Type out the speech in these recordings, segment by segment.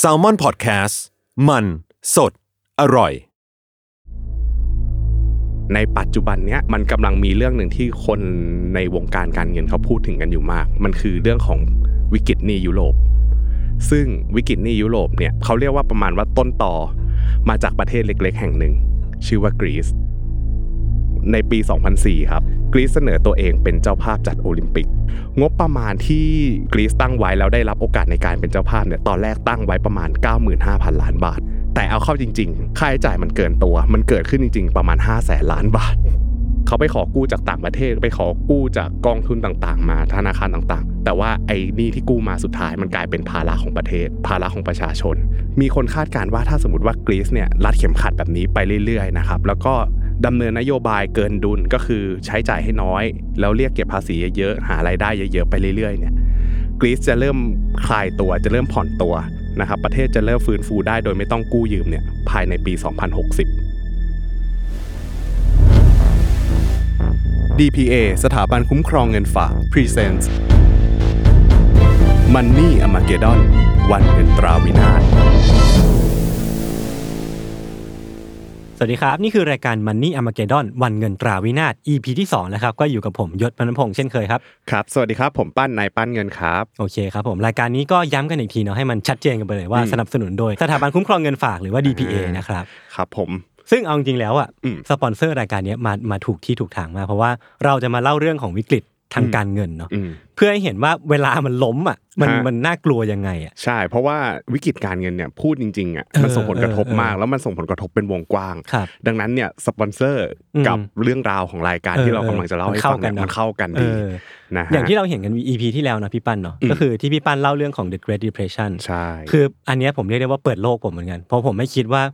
s a l ม o n PODCAST มันสดอร่อย ในปัจจุบันเนี้ยมันกำลังมีเรื่องหนึ่งที่คนในวงการการเงินเขาพูดถึงกันอยู่มาก มันคือเรื่องของวิกฤตหนี้ยุโรป ซึ่งวิกฤตหนี้ยุโรปเนี่ยเขาเรียกว่าประมาณว่าต้นต่อมาจากประเทศเล็กๆ แห่งหนึ่ง ชื่อว่ากรีซในปี 2004 ครับกรีซเสนอตัวเองเป็นเจ้าภาพจัดโอลิมปิก งบประมาณที่กรีซตั้งไว้แล้วได้รับโอกาสในการเป็นเจ้าภาพเนี่ยตอนแรกตั้งไว้ประมาณ 95,000 ล้านบาท แต่เอาเข้าจริง ๆ ค่าใช้จ่ายมันเกินตัว มันเกิดขึ้นจริง ๆ ประมาณ 5 0 0แสนล้านบาท เขาไปขอกู้จากต่างประเทศ ไปขอกู้จากกองทุนต่างๆ มาธนาคารต่างๆ แต่ว่าไอ้หนี่ที่กู้มาสุดท้ายมันกลายเป็นภาระของประเทศ ภาระของประชาชน มีคนคาดการณ์ว่าถ้าสมมติว่ากรีซเนี่ยรัดเข็มขัดแบบนี้ไปเรื่อยๆนะครับแล้วก็ดำเนินนโยบายเกินดุลก็คือใช้จ่ายให้น้อย แล้วเรียกเก็บภาษีเยอะๆหารายได้เยอะๆไปเรื่อยๆเนี่ย กรีซจะเริ่มคลายตัวจะเริ่มผ่อนตัวนะครับประเทศจะเริ่มฟื้นฟูได้โดยไม่ต้องกู้ยืมเนี่ยภายในปี 2060 DPA สถาบันคุ้มครองเงินฝาก Presents Money a m a g e d o n วันเงินตราวินาศ สวัสดีครับ นี่คือรายการ Money a m a g e d o n วันเงินตราวินาศ EP ที่2นะครับก็อยู่กับผมยศพนันพงษ์เช่นเคยครับ ครับ สวัสดีครับผมปั้นนายปั้นเงินครับ โอเคครับผม รายการนี้ก็ย้ำกันอีกทีเนาะให้มันชัดเจนกันไปเลยว่าสนับสนุนโดยสถาบันคุ้มครองเงินฝากหรือว่า DPA อ่าน นะครับ ครับผม ซึ่งเอาจริงๆแล้วอ่ะ อืม สปอนเซอร์รายการเนี้ยมามาถูกที่ถูกทางมากเพราะว่าเราจะมาเล่าเรื่องของวิกฤตทาง อืม การเงินเนาะ อืม เพื่อให้เห็นว่าเวลามันล้มอ่ะมัน ฮะ มันน่ากลัวยังไงอ่ะ ใช่ เพราะว่าวิกฤตการเงินเนี่ยพูดจริงๆอ่ะ เออ มันส่งผลกระทบ เออเออ มาก แล้วมันส่งผลกระทบเป็นวงกว้าง ครับ ดังนั้นเนี่ยสปอนเซอร์กับ อืม เรื่องราวของรายการที่เรากำลังจะเล่าให้ฟังเนี่ย เออเออ มันเข้ากัน เอ ดี อ นะฮะ อย่างที่เราเห็นกัน EP ที่แล้วนะพี่ปั้นเนาะ อืม ก็คือที่พี่ปั้นเล่าเรื่องของ The Great Depression ใช่ คืออันเนี้ยผมเรียกได้ว่าเปิดโลกผมเหมือนกัน เพราะผมไม่คิดว่า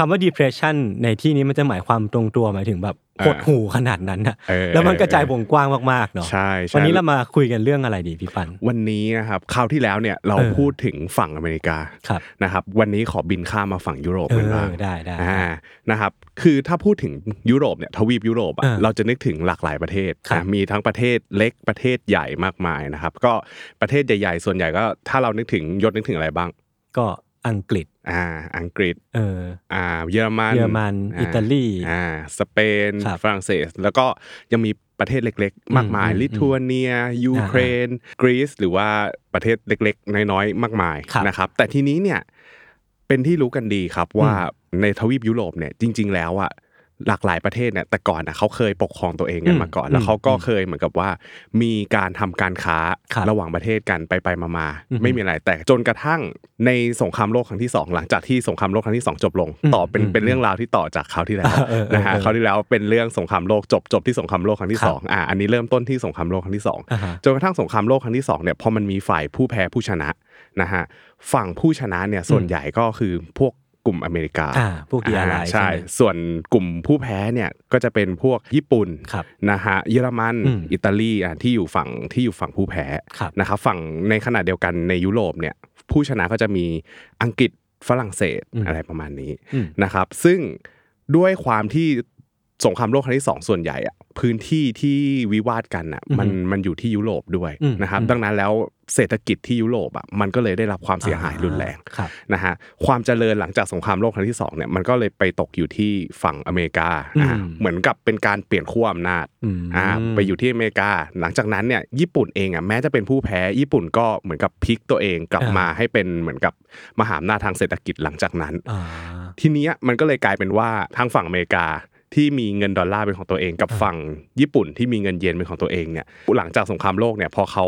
คำว่า depression ในที่นี้มันจะหมายความตรงตัวหมายถึงแบบหดหูขนาดนั้นนะ เออ แล้วมันกระจายวงกว้างมากๆเนาะ ใช่ใช่ วันนี้เรามาคุยกันเรื่องอะไรดีพี่ปัน วันนี้นะครับคราวที่แล้วเนี่ยเรา เออ พูดถึงฝั่งอเมริกา ครับ นะครับวันนี้ขอบินข้ามมาฝั่งยุโรป เอ กันบ้าง อได้ได้ อ่านะครับคือถ้าพูดถึงยุโรปเนี่ยทวีปยุโรปอะ เออ เราจะนึกถึงหลากหลายประเทศ ครับ นะมีทั้งประเทศเล็กประเทศใหญ่มากมายนะครับก็ประเทศใหญ่ๆ ส่วนใหญ่ก็ถ้าเรานึกถึงยศนึกถึงอะไรบ้าง ก็อังกฤษ อ่าอังกฤษ เออ อ่าเยอรมัน เยอรมัน อ่า อิตาลี อ่าสเปน ครับ ฝรั่งเศส แล้วก็ยังมีประเทศเล็กๆ มากมาย อืม ลิทัวเนีย ยูเครน กรีซหรือว่าประเทศเล็กๆ น้อยๆ มากมาย ครับ นะครับ แต่ทีนี้เนี่ยเป็นที่รู้กันดีครับว่าในทวีปยุโรปเนี่ยจริง ๆ แล้วอ่ะหลากหลายประเทศเนี่ยแต่ก่อนนะเขาเคยปกครองตัวเองกันมาก่อน อืม แล้วเขาก็ อืม เคยเหมือนกับว่า มีการทำการค้า ครับ ระหว่างประเทศกันไปไปมามาๆ อืม ไม่มีอะไรแต่จนกระทั่งในสงครามโลกครั้งที่สองหลังจากที่สงครามโลกครั้งที่สองจบลง อืม ต่อเป็น อืม เป็นเรื่องราวที่ต่อจากคราวที่แล้ว เออเออ นะฮะ เออ คราวที่แล้วเป็นเรื่องสงครามโลกจบจบที่สงครามโลกครั้งที่ ครับ สองอ่าอันนี้เริ่มต้นที่สงครามโลกครั้งที่สอง อ่าฮะ จนกระทั่งสงครามโลกครั้งที่สองเนี่ยพอมันมีฝ่ายผู้แพ้ผู้ชนะนะฮะฝั่งผู้ชนะเนี่ยส่วนใหญ่ก็คือพวกกลุ่มอเมริกา อ่าพวกดีอะไร อ่าใช่ ส่วนกลุ่มผู้แพ้เนี่ยก็จะเป็นพวกญี่ปุ่น ครับ นะฮะเยอรมัน อืม อิตาลีอ่ะที่อยู่ฝั่งที่อยู่ฝั่งผู้แพ้ ครับ นะครับฝั่งในขณะเดียวกันในยุโรปเนี่ยผู้ชนะก็จะมีอังกฤษฝรั่งเศส อืม อะไรประมาณนี้ อืม นะครับซึ่งด้วยความที่สงครามโลกครั้งที่สองส่วนใหญ่อะพื้นที่ที่วิวาทกันอ่ะ อือฮึ มันมันอยู่ที่ยุโรปด้วย อืม นะครับ อืม ดังนั้นแล้วเศรษฐกิจที่ยุโรปอ่ะมันก็เลยได้รับความเสียหายรุนแรง ครับ นะฮะความเจริญหลังจากสงครามโลกครั้งที่สองเนี่ยมันก็เลยไปตกอยู่ที่ฝั่งอเมริกาอ่ะเหมือนกับเป็นการเปลี่ยนขั้วอำนาจ อืม อ่าไปอยู่ที่อเมริกา หลังจากนั้นเนี่ยญี่ปุ่นเองอ่ะแม้จะเป็นผู้แพ้ญี่ปุ่นก็เหมือนกับพลิกตัวเองกลับ อ่าม มาให้เป็นเหมือนกับมหาอำนาจทางเศรษฐกิจหลังจากนั้น อ่า ทีเนี้ยมันก็เลยกลายเป็นว่าทางฝั่งอเมริกาที่มีเงินดอลลาร์เป็นของตัวเอง กับ อ่า ฝั่งญี่ปุ่นที่มีเงินเยนเป็นของตัวเองเนี่ยหลังจากสงครามโลกเนี่ยพอเขา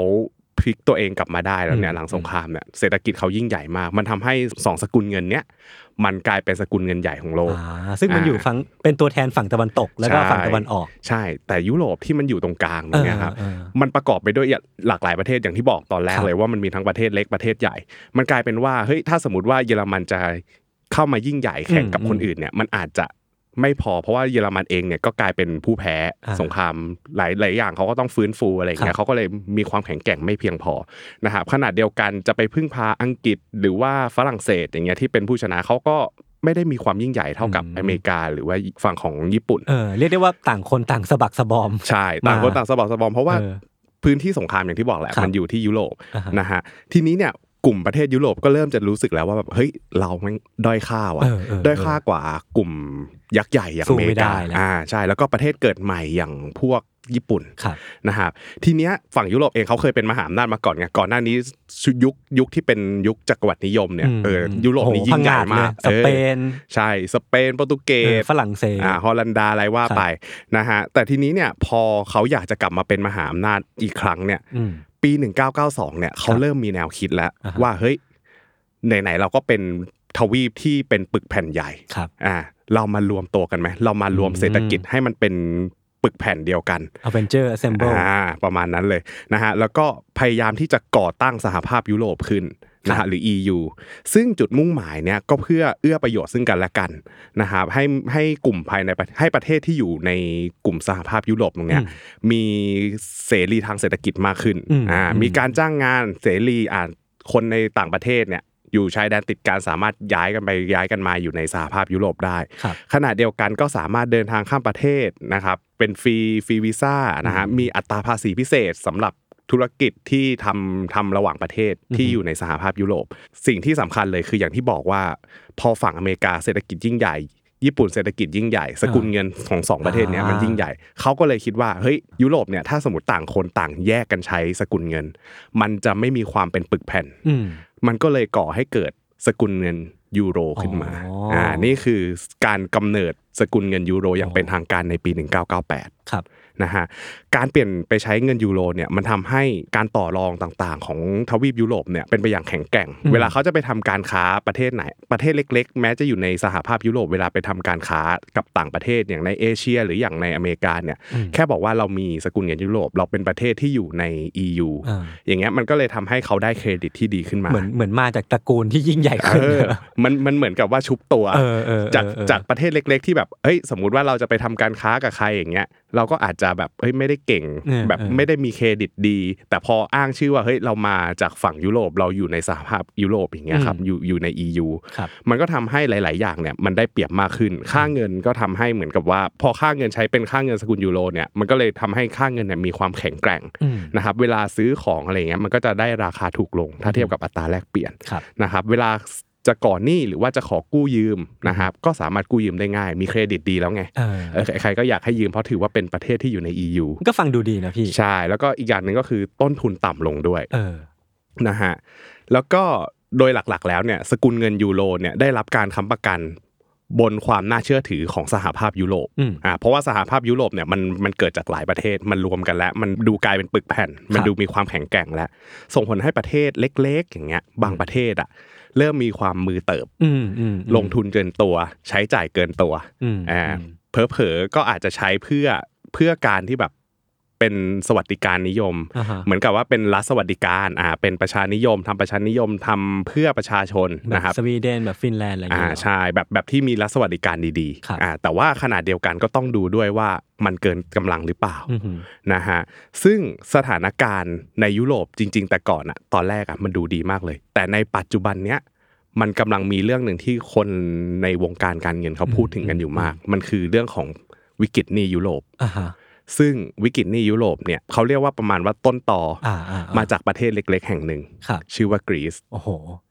พลิกตัวเองกลับมาได้แล้วเนี่ยหลังสงครามเนี่ยเศรษฐกิจเขายิ่งใหญ่มาก มันทำให้สองสกุลเงินเนี่ยมันกลายเป็นสกุลเงินใหญ่ของโลก อ่าซึ่งมันอยู่ฝั่งเป็นตัวแทนฝั่งตะวันตกแล้วก็ ใช่ ฝั่งตะวันออก ใช่ แต่ยุโรปที่มันอยู่ตรงกลางตรงเนี้ยครับ เออเออ มันประกอบไปด้วยหลากหลายประเทศอย่างที่บอกตอนแรก ครับ เลยว่ามันมีทั้งประเทศเล็กประเทศใหญ่ มันกลายเป็นว่าเฮ้ยถ้าสมมติว่าเยอรมันจะเข้ามายิ่งใหญ่แข่งกับ อืม คนอื่นเนี่ยมันอาจจะไม่พอเพราะว่าเยอรมันเองเนี่ยก็กลายเป็นผู้แพ้ อ่า สงครามหลายหลายอย่างเขาก็ต้องฟื้นฟูอะไรอย่างเงี้ยเขาก็เลยมีความแข็งแกร่งไม่เพียงพอนะครับขนาดเดียวกันจะไปพึ่งพาอังกฤษหรือว่าฝรั่งเศสอย่างเงี้ยที่เป็นผู้ชนะเขาก็ไม่ได้มีความยิ่งใหญ่เท่ากับ อืม อเมริกาหรือว่าฝั่งของญี่ปุ่น เออเรียกได้ว่าต่างคนต่างสะบักสะบอม ใช่ต่างคน มา ต่างสะบักสะบอมเพราะว่า เออ พื้นที่สงครามอย่างที่บอกแหละ ครับ มันอยู่ที่ยุโรป อ่าฮะ นะฮะทีนี้เนี่ย กลุ่มประเทศยุโรปก็เริ่มจะรู้สึกแล้วว่าแบบเฮ้ยเราแม่งด้อยค่าว่ะ เออเออ ด้อยค่ากว่ากลุ่มยักษ์ใหญ่อย่าง สู้ อเม ไม่ ริ ได้ กา แล้ว อ่าใช่แล้วก็ประเทศเกิดใหม่อย่างพวกญี่ปุ่น ครับ นะครับทีเนี้ยฝั่งยุโรปเองเขาเคยเป็นมหาอำนาจมาก่อนไงก่อนหน้านี้ยุคยุคที่เป็นยุคจักรวรรดินิยมเนี่ยเออยุโรปนี่ โอ้โห ยิ่งใหญ่ พัด มาก เลยสเป ออน ใช่สเปนโปรตุเก เออ ส ฝรั่งเศส อ่าฮอลันดาอะไรว่าไปนะฮะแต่ทีนี้เนี่ยพอเขาอยากจะกลับมาเป็นมหาอำนาจอีกครั้งเนี่ย อืม ปี 1992เนี่ยเขาเริ่มมีแนวคิดแล้ว อ่าฮะ ว่าเฮ้ยไหนๆเราก็เป็นทวีปที่เป็นปึกแผ่นใหญ่ ครับ อ่าเรามารวมตัวกันไหมเรามารวมเศรษฐกิจให้มันเป็นปึกแผ่นเดียวกัน a v e n g e r Assemble อ่าประมาณนั้นเลยนะฮะแล้วก็พยายามที่จะก่อตั้งสหภาพยุโรปขึ้นนะ ครั ฮะ บ หรือ EU ซึ่งจุดมุ่งหมายเนี่ยก็เพื่อเอื้อประโยชน์ซึ่งกันและกันนะครับให้ให้กลุ่มภายในประให้ประเทศที่อยู่ในกลุ่มสหภาพยุโรปตรงเนี้ยมีเสรีทางเศรษฐกิจมากขึ้น อืม อ่า อืม มีการจ้างงานเสรีอ่าคนในต่างประเทศเนี่ยอยู่ชายแดนติดการสามารถย้ายกันไปย้ายกันมาอยู่ในสหภาพยุโรปได้ ครับ ขณะเดียวกันก็สามารถเดินทางข้ามประเทศนะครับเป็นฟรีฟรีวีซ่านะฮะมีอัตราภาษีพิเศษสำหรับธุรกิจที่ทำทำระหว่างประเทศที่อยู่ในสหภาพยุโรป สิ่งที่สำคัญเลยคืออย่างที่บอกว่า พอฝั่งอเมริกาเศรษฐกิจยิ่งใหญ่ ญี่ปุ่นเศรษฐกิจยิ่งใหญ่ สกุลเงินของสองประเทศเนี้ยมันยิ่งใหญ่เขาก็เลยคิดว่าเฮ้ยยุโรปเนี่ยถ้าสมมติต่างคนต่างแยกกันใช้สกุลเงิน มันจะไม่มีความเป็นปึกแผ่น อืม มันก็เลยก่อให้เกิดสกุลเงินยูโรขึ้นมา อ๋ออ่ อ่า นี่คือการกำเนิดสกุลเงินยูโรอย่างเป็นทางการในปี 1998 ครับ นะฮะ การเปลี่ยนไปใช้เงินยูโรเนี่ยมันทำให้การต่อรองต่างๆ ของทวีปยุโรปเนี่ยเป็นไปอย่างแข็งแกร่ง อืม เวลาเขาจะไปทำการค้าประเทศไหน ประเทศเล็ก ๆ แม้จะอยู่ในสหภาพยุโรปเวลาไปทำการค้ากับต่างประเทศอย่างในเอเชีย หรืออย่างในอเมริกาเนี่ย อืม แค่บอกว่าเรามีสกุลเงินยุโรป เราเป็นประเทศที่อยู่ใน EU อ่า อย่างเงี้ยมันก็เลยทำให้เขาได้เครดิตที่ดีขึ้นมา เหมือนเหมือนมาจากตระกูลที่ยิ่งใหญ่ เอ ขึ้น อมันมันเหมือนกับว่าชุบตัว เออเออ จาก เออ จากประเทศเล็ก ๆ ที่แบบเฮ้ยสมมุติว่าเราจะไปทำการค้ากับใครอย่างเงี้ยเราก็อาจจะแบบเฮ้ยไม่ได้เก่ง เออ แบบ เออ ไม่ได้มีเครดิตดี แต่พออ้างชื่อว่าเฮ้ยเรามาจากฝั่งยุโรปเราอยู่ในสหภาพยุโรปอย่างเงี้ยครับอยู่อยู่ใน EU ครับ มันก็ทำให้หลาย ๆ อย่างเนี่ยมันได้เปรียบมากขึ้น ค่าเงินก็ทำให้เหมือนกับว่า พอค่าเงินใช้เป็นค่าเงินสกุลยูโรเนี่ยมันก็เลยทำให้ค่าเงินเนี่ยมีความแข็งแกร่ง อืม นะครับเวลาซื้อของอะไรเงี้ยมันก็จะได้ราคาถูกลง ถ้าเทียบกับอัตราแลกเปลี่ยน ครับ นะครับเวลาจะก่อหนี้หรือว่าจะขอกู้ยืมนะครับก็สามารถกู้ยืมได้ง่าย มีเครดิตดีแล้วไง เออ เออใครๆก็อยากให้ยืมเพราะถือว่าเป็นประเทศที่อยู่ใน EU มันก็ฟังดูดีนะพี่ ใช่ แล้วก็อีกอย่างหนึ่งก็คือต้นทุนต่ำลงด้วย เออ นะฮะแล้วก็โดยหลักๆแล้วเนี่ยสกุลเงินยูโรเนี่ยได้รับการค้ำประกันบนความน่าเชื่อถือของสหภาพยุโรป อืม อ่าเพราะว่าสหภาพยุโรปเนี่ยมันมันเกิดจากหลายประเทศมันรวมกันแล้ว มันดูกลายเป็นปึกแผ่น มัน ครับ ดูมีความแข็งแกร่งแล้ว ส่งผลให้ประเทศเล็ก ๆ อย่างเงี้ยบางประเทศอะเริ่มมีความมือเติบ อืมอืมอืม ลงทุนเกินตัว ใช้จ่ายเกินตัว อืม อ่า อืม เผลอๆก็อาจจะใช้เพื่อเพื่อการที่แบบเป็นสวัสดิการนิยม อ่าฮะ เหมือนกับว่าเป็นรัฐสวัสดิการอ่าเป็นประชานิยมทำประชานิยมทำเพื่อประชาชน แบ นะครับ บ สวีเดนแบบฟินแลนด์อะไรอย่าง อ่า เงี้ยเหรอ ใช่แบบแบบที่มีรัฐสวัสดิการดี ครับ ๆอ่าแต่ว่าขนาดเดียวกันก็ต้องดูด้วยว่ามันเกินกำลังหรือเปล่า อือหือ นะฮะซึ่งสถานการณ์ในยุโรปจริง ๆ แต่ก่อนอะตอนแรกอะมันดูดีมากเลย แต่ในปัจจุบันเนี้ยมันกำลังมีเรื่องหนึ่งที่คนในวงการการเงินเขาพูดถึงกันอยู่มาก มันคือเรื่องของวิกฤตหนี้ยุโรป อ่าฮะ ซึ่งวิกฤตหนี้ยุโรปเนี่ยเขาเรียกว่าประมาณว่าต้นต่ออ อ่าอ่า มา มา จากประเทศเล็ก ๆ แห่งหนึ่ง ครับ ชื่อว่ากรีซ โอ้โห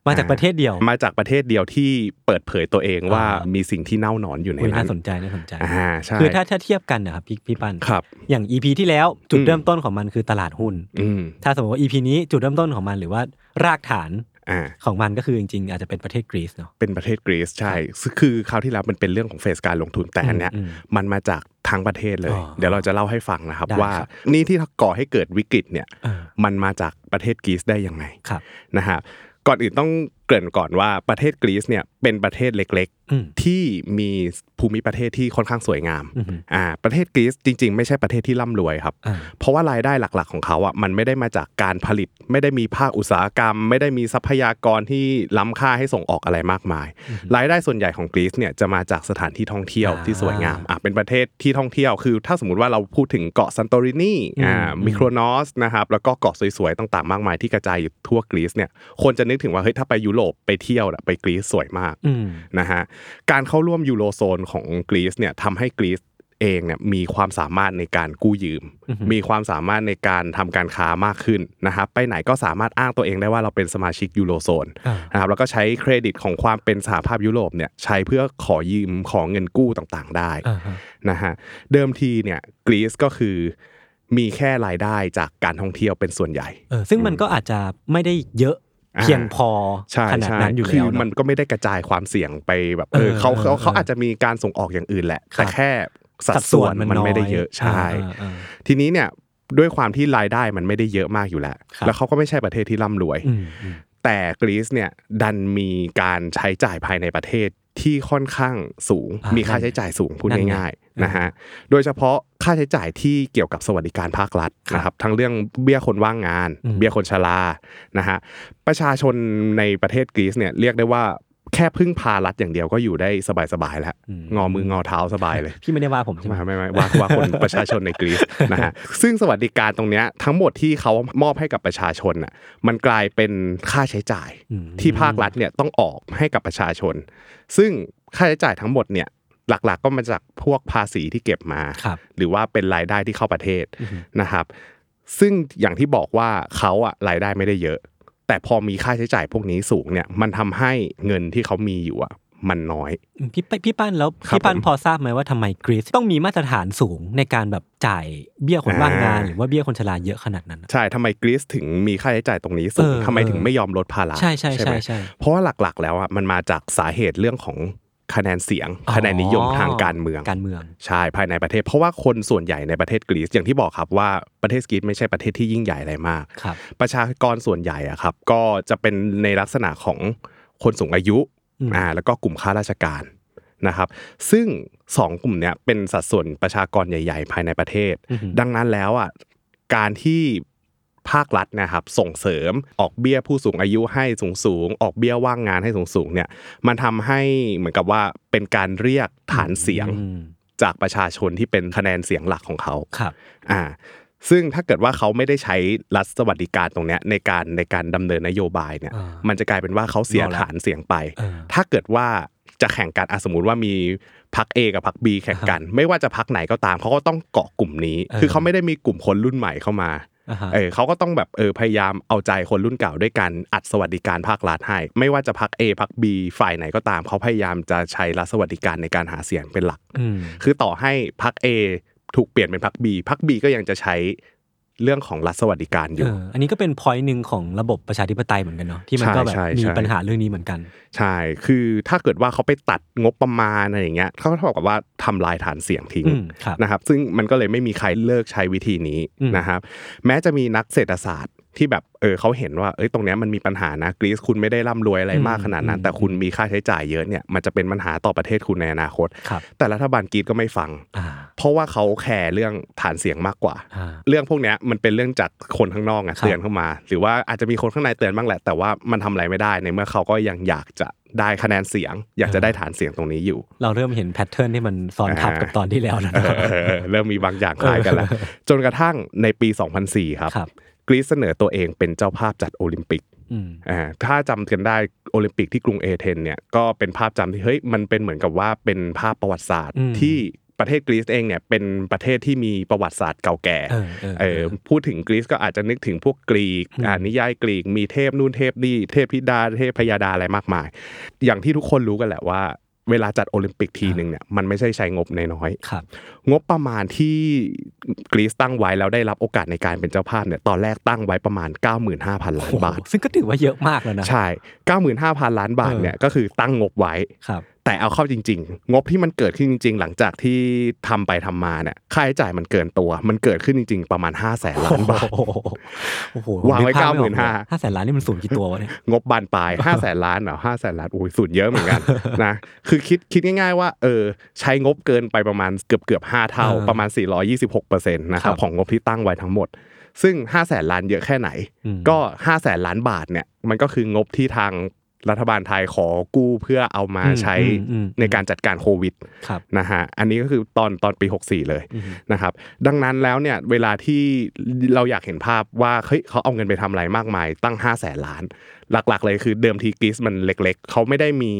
มาจากประเทศเดียว มาจากประเทศเดียวที่เปิดเผยตัวเองว่า อ่ามี มีสิ่งที่เน่าหนอนอยู่ใน อุ๊ย นั้ น่าน สนใจน่าสนใจ อ่าใช่ คือถ้าถ้าเทียบกันนะครับพี่พี่ปัน ครับ อย่าง EP ที่แล้วจุด อืม เริ่มต้นของมันคือตลาดหุ้น อืม ถ้าสมมติว่า EP นี้จุดเริ่มต้นของมันหรือว่ารากฐาน อ่า ของมันก็คือจริงๆ อาจจะเป็นประเทศกรีซเนาะ เป็นประเทศกรีซใช่ซึ่งคือคราวที่แล้วมันเป็นเรื่องของเฟสการลงทุนแต่อันเนี้ย อืมอืม มันมาจากทางประเทศเลย อ๋อ เดี๋ยวเราจะเล่าให้ฟังนะครับ ได้ ว่า ครับ นี่ที่ก่อให้เกิดวิกฤตเนี่ย เออ มันมาจากประเทศกรีซได้ยังไง ครับ นะฮะก่อนอื่นต้องเกริ่นก่อนว่าประเทศกรีซเนี่ยเป็นประเทศเล็ก อืม ๆ ที่มีภูมิประเทศที่ค่อนข้างสวยงาม อือหือ อ่าประเทศกรีซจริง ๆ ไม่ใช่ประเทศที่ร่ำรวยครับ อ่า เพราะว่ารายได้หลักๆของเขาอ่ะมันไม่ได้มาจากการผลิต ไม่ได้มีภาคอุตสาหกรรม ไม่ได้มีทรัพยากรที่ล้ำค่าให้ส่งออกอะไรมากมาย รายได้ส่วนใหญ่ของกรีซเนี่ยจะมาจากสถานที่ท่องเที่ยว อ่า ที่สวยงามอ่ะเป็นประเทศที่ท่องเที่ยวคือ ถ้าสมมติว่าเราพูดถึงเกาะซันโตรินีอ่า อืม มิโครนอสนะครับแล้วก็เกาะสวยๆต่างๆมากมายที่กระจายอยู่ทั่วกรีซเนี่ยคนจะนึกถึงว่าเฮ้ยถ้าไปยุโรปไปเที่ยวน่ะไปกรีซสวยมาก อืม นะฮะการเข้าร่วมยูโรโซนของกรีซเนี่ยทำให้กรีซ เองเนี่ยมีความสามารถในการกู้ยืม อือฮึ มีความสามารถในการทำการค้ามากขึ้นนะครับไปไหนก็สามารถอ้างตัวเองได้ว่าเราเป็นสมาชิกยูโรโซน อ่า นะครับแล้วก็ใช้เครดิตของความเป็นสหภาพยุโรปเนี่ยใช้เพื่อขอยืมของเงินกู้ต่างๆ ได้ อ่าฮะ นะฮะเดิมทีเนี่ยกรีซก็คือ มีแค่รายได้จากการท่องเที่ยวเป็นส่วนใหญ่ เออซึ่งมันก็อาจจะไม่ได้เยอะ อ่า เพียงพอ ใช่ ขนาด ใช่ นั้นอยู่ คื แล้ว มั เน น อะ ก็ไม่ได้กระจายความเสี่ยงไปแบบเออ เออ เขาเขา เออ เขาอาจจะมีการส่งออกอย่างอื่นแหละ ครับ แต่แค่สัดส่วนมันไม่ได้ น้ เยอะใช่ อ่าอ่า ทีนี้เนี่ยด้วยความที่รายได้มันไม่ได้เยอะมากอยู่แล้ว ครับ แล้วเขาก็ไม่ใช่ประเทศที่ร่ำรวย อืมอืม แต่กรีซเนี่ยดันมีการใช้จ่ายภายในประเทศที่ค่อนข้างสูง ามี มีค่าใช้จ่ายสูงพูด นั่นไง ง่าย เออ ๆนะฮะโดยเฉพาะค่าใช้จ่ายที่เกี่ยวกับสวัสดิการภาครัฐ ครับ นะครับทั้งเรื่องเบี้ยคนว่างงาน อืม เบี้ยคนชรานะฮะประชาชนในประเทศกรีซเนี่ยเรียกได้ว่าแค่พึ่งพารัฐอย่างเดียวก็อยู่ได้สบายๆแล้วงอมืองอเท้าสบายเลย พี่ไม่ได้ว่าผมใช่ไหม ไม่ไม่ไม่ว่าว่าคน ประชาชนในกรีซนะฮะซึ่งสวัสดิการตรงเนี้ยทั้งหมดที่เขามอบให้กับประชาชนน่ะมันกลายเป็นค่าใช้จ่าย อืม ที่ภาครัฐเนี่ยต้องออกให้กับประชาชน ซึ่งค่าใช้จ่ายทั้งหมดเนี่ยหลักๆ ก็มาจากพวกภาษีที่เก็บมา ครับ หรือว่าเป็นรายได้ที่เข้าประเทศ อือฮึ นะครับ ซึ่งอย่างที่บอกว่าเขาอะรายได้ไม่ได้เยอะ แต่พอมีค่าใช้จ่ายพวกนี้สูงเนี่ยมันทำให้เงินที่เขามีอยู่อะมันน้อย อืมพี่ปพี่ปั้นแล้ว ครับ พี่ปั้น ผม พอทราบไหมว่าทำไมกรีซต้องมีมาตรฐานสูงในการแบบจ่ายเบี้ยคนว่างงาน อ่า หรือว่าเบี้ยคนชราเยอะขนาดนั้นอะ ใช่ทำไมกรีซถึงมีค่าใช้จ่ายตรงนี้สูง เออ ทำไมถึง เออ ไม่ยอมลดภาระ ใช่ใช่ ไห ใช่ ม ใช่ เพราะว่าหลักๆ แล้วอ่ะมันมาจากสาเหตุเรื่องของคะแนนเสียง อ๋อ คะแนนนิยมทางการเมือง การเมือง ใช่ภายในประเทศ เพราะว่าคนส่วนใหญ่ในประเทศกรีซอย่างที่บอกครับว่าประเทศกรีซไม่ใช่ประเทศที่ยิ่งใหญ่อะไรมาก ครับ ประชากรส่วนใหญ่อะครับก็จะเป็นในลักษณะของคนสูงอายุ อืม อ่าแล้วก็กลุ่มข้าราชการนะครับ ซึ่งสองกลุ่มเนี้ยเป็นสัดส่วนประชากรใหญ่ ๆ ภายในประเทศ อือหือ ดังนั้นแล้วอ่ะการที่ภาครัฐนะครับส่งเสริมออกเบี้ยผู้สูงอายุให้สูงสูงๆออกเบี้ยว่างงานให้สูงสูงๆเนี่ยมันทำให้เหมือนกับว่าเป็นการเรียกฐานเสียง อืม จากประชาชนที่เป็นคะแนนเสียงหลักของเขา ครับ อ่าซึ่งถ้าเกิดว่าเขาไม่ได้ใช้รัฐสวัสดิการตรงเนี้ยในการในการดำเนินนโยบายเนี่ย อ่ามั มันจะกลายเป็นว่าเขาเสีย เอาละ ฐานเสียงไป เออ ถ้าเกิดว่าจะแข่งกันอะสมมติว่ามีพัก A กับพัก B แข่งกัน ไม่ว่าจะพักไหนก็ตามเขาก็ต้องเกาะกลุ่มนี้ เออ คือเขาไม่ได้มีกลุ่มคนรุ่นใหม่เข้ามา อ่าฮะ เออเขาก็ต้องแบบเออพยายามเอาใจคนรุ่นเก่าด้วยการอัดสวัสดิการภาครัฐให้ ไม่ว่าจะพัก A พัก B ฝ่ายไหนก็ตามเขาพยายามจะใช้รัฐสวัสดิการในการหาเสียงเป็นหลัก อืม คือต่อให้พัก A ถูกเปลี่ยนเป็นพัก B พัก B ก็ยังจะใช้เรื่องของรัฐสวัสดิการอยู่ เอออันนี้ก็เป็นพอยต์หนึ่งของระบบประชาธิปไตยเหมือนกันเนาะที่มันก็แบบ ใช่ใช่ มี ใช่ ปัญหาเรื่องนี้เหมือนกัน ใช่ คือถ้าเกิดว่าเขาไปตัดงบประมาณอะไรอย่างเงี้ยเขาก็เท่ากับว่าทำลายฐานเสียงทิ้ง อืมครับ นะครับ ซึ่งมันก็เลยไม่มีใครเลิกใช้วิธีนี้ อืม นะครับ แม้จะมีนักเศรษฐศาสตร์ที่แบบเออเขาเห็นว่าเอ้ยตรงเนี้ยมันมีปัญหานะกรีซคุณไม่ได้ร่ำรวยอะไรมากขนาดนั้น แต่คุณมีค่าใช้จ่ายเยอะเนี่ยมันจะเป็นปัญหาต่อประเทศคุณในอนาคต ครับ แต่รัฐบาลกรีซก็ไม่ฟัง อ่า เพราะว่าเขาแคร์เรื่องฐานเสียงมากกว่า อ่า เรื่องพวกเนี้ยมันเป็นเรื่องจากคนข้างนอกอะ ครับ เตือนเข้ามา หรือว่าอาจจะมีคนข้างในเตือนบ้างแหละ แต่ว่ามันทำอะไรไม่ได้ในเมื่อเขาก็ยังอยากจะได้คะแนนเสียง อยากจะได้ฐานเสียงตรงนี้อยู่ เราเริ่มเห็นแพทเทิร์นที่มันซ้อนทับกับตอนที่แล้วแล้ว เอ เนอะ อเออเออ เริ่มมีบางอย่างคล้ายกันแล้ว จนกระทั่งในปี 2004 ครับ ครับ กรีซเสนอตัวเองเป็นเจ้าภาพจัดโอลิมปิก อืม อ่าถ้าจำกันได้โอลิมปิกที่กรุงเอเธนเนี่ยก็เป็นภาพจำที่เฮ้ยมันเป็นเหมือนกับว่าเป็นภาพประวัติศาสตร์ อืม ที่ประเทศกรีซเองเนี่ยเป็นประเทศที่มีประวัติศาสตร์เก่าแก่ เออเออ เอ เอ อ อ พูดถึงกรีซก็อาจจะนึกถึงพวกกรีก อืม อ่านิยายกรีกมีเทพนู่นเทพนี่เทพธิดาเทพพยาดาอะไรมากมาย อย่างที่ทุกคนรู้กันแหละว่า เวลาจัดโอลิมปิกทีหนึ่งเนี่ยมันไม่ใช่ใช้งบน้อย ครับ ๆงบประมาณที่กรีซตั้งไว้แล้วได้รับโอกาสในการเป็นเจ้าภาพเนี่ยตอนแรกตั้งไว้ประมาณ 95,000 ล้านบาท ซึ่งก็ถือว่าเยอะมากแล้วนะ ใช่ 95,000 ล้านบาทเนี่ยก็คือตั้งงบไว้ ครับ แต่เอาเข้าจริง ๆ งบที่มันเกิดขึ้นจริง ๆ หลังจากที่ทำไปทำมาเนี่ยค่าใช้จ่ายมันเกินตัว มันเกิดขึ้นจริง ๆ ประมาณ 5 0 0แสนล้านบาท โอ้โหโอ้โห วางไว้ ผภพออ 95,000 ห้าแสนล้านนี่มันสูงกี่ตัววะเนี่ย งบบานปลาย 5 0 0แสนล้านเหรอห้าแสนล้านโอ้ยสูญเยอะเหมือนกัน นะคือคิดคิดง่ายๆว่าเออใช้งบเกินไปประมาณเกือบเกือบห้าเท่า เออ ประมาณ 426%นะครั ครับ บ ของงบที่ตั้งไว้ทั้งหมด ซึ่ง 5 0 0แสนล้านเยอะแค่ไหน อืม ก็ 5 0 0แสนล้านบาทเนี่ยมันก็คืองบที่ทางรัฐบาลไทยขอกู้เพื่อเอามาใช้ อืมอืม ในการจัดการโควิด ครับ นะฮะ อันนี้ก็คือตอนตอนปี 64 เลย อือฮึ นะครับ ดังนั้นแล้วเนี่ยเวลาที่เราอยากเห็นภาพว่าเฮ้ยเขาเอาเงินไปทำอะไรมากมายตั้ง 5 0 0แสนล้าน หลักๆ เลยคือเดิมทีกรีซมันเล็ก ๆ เขาไม่ได้มี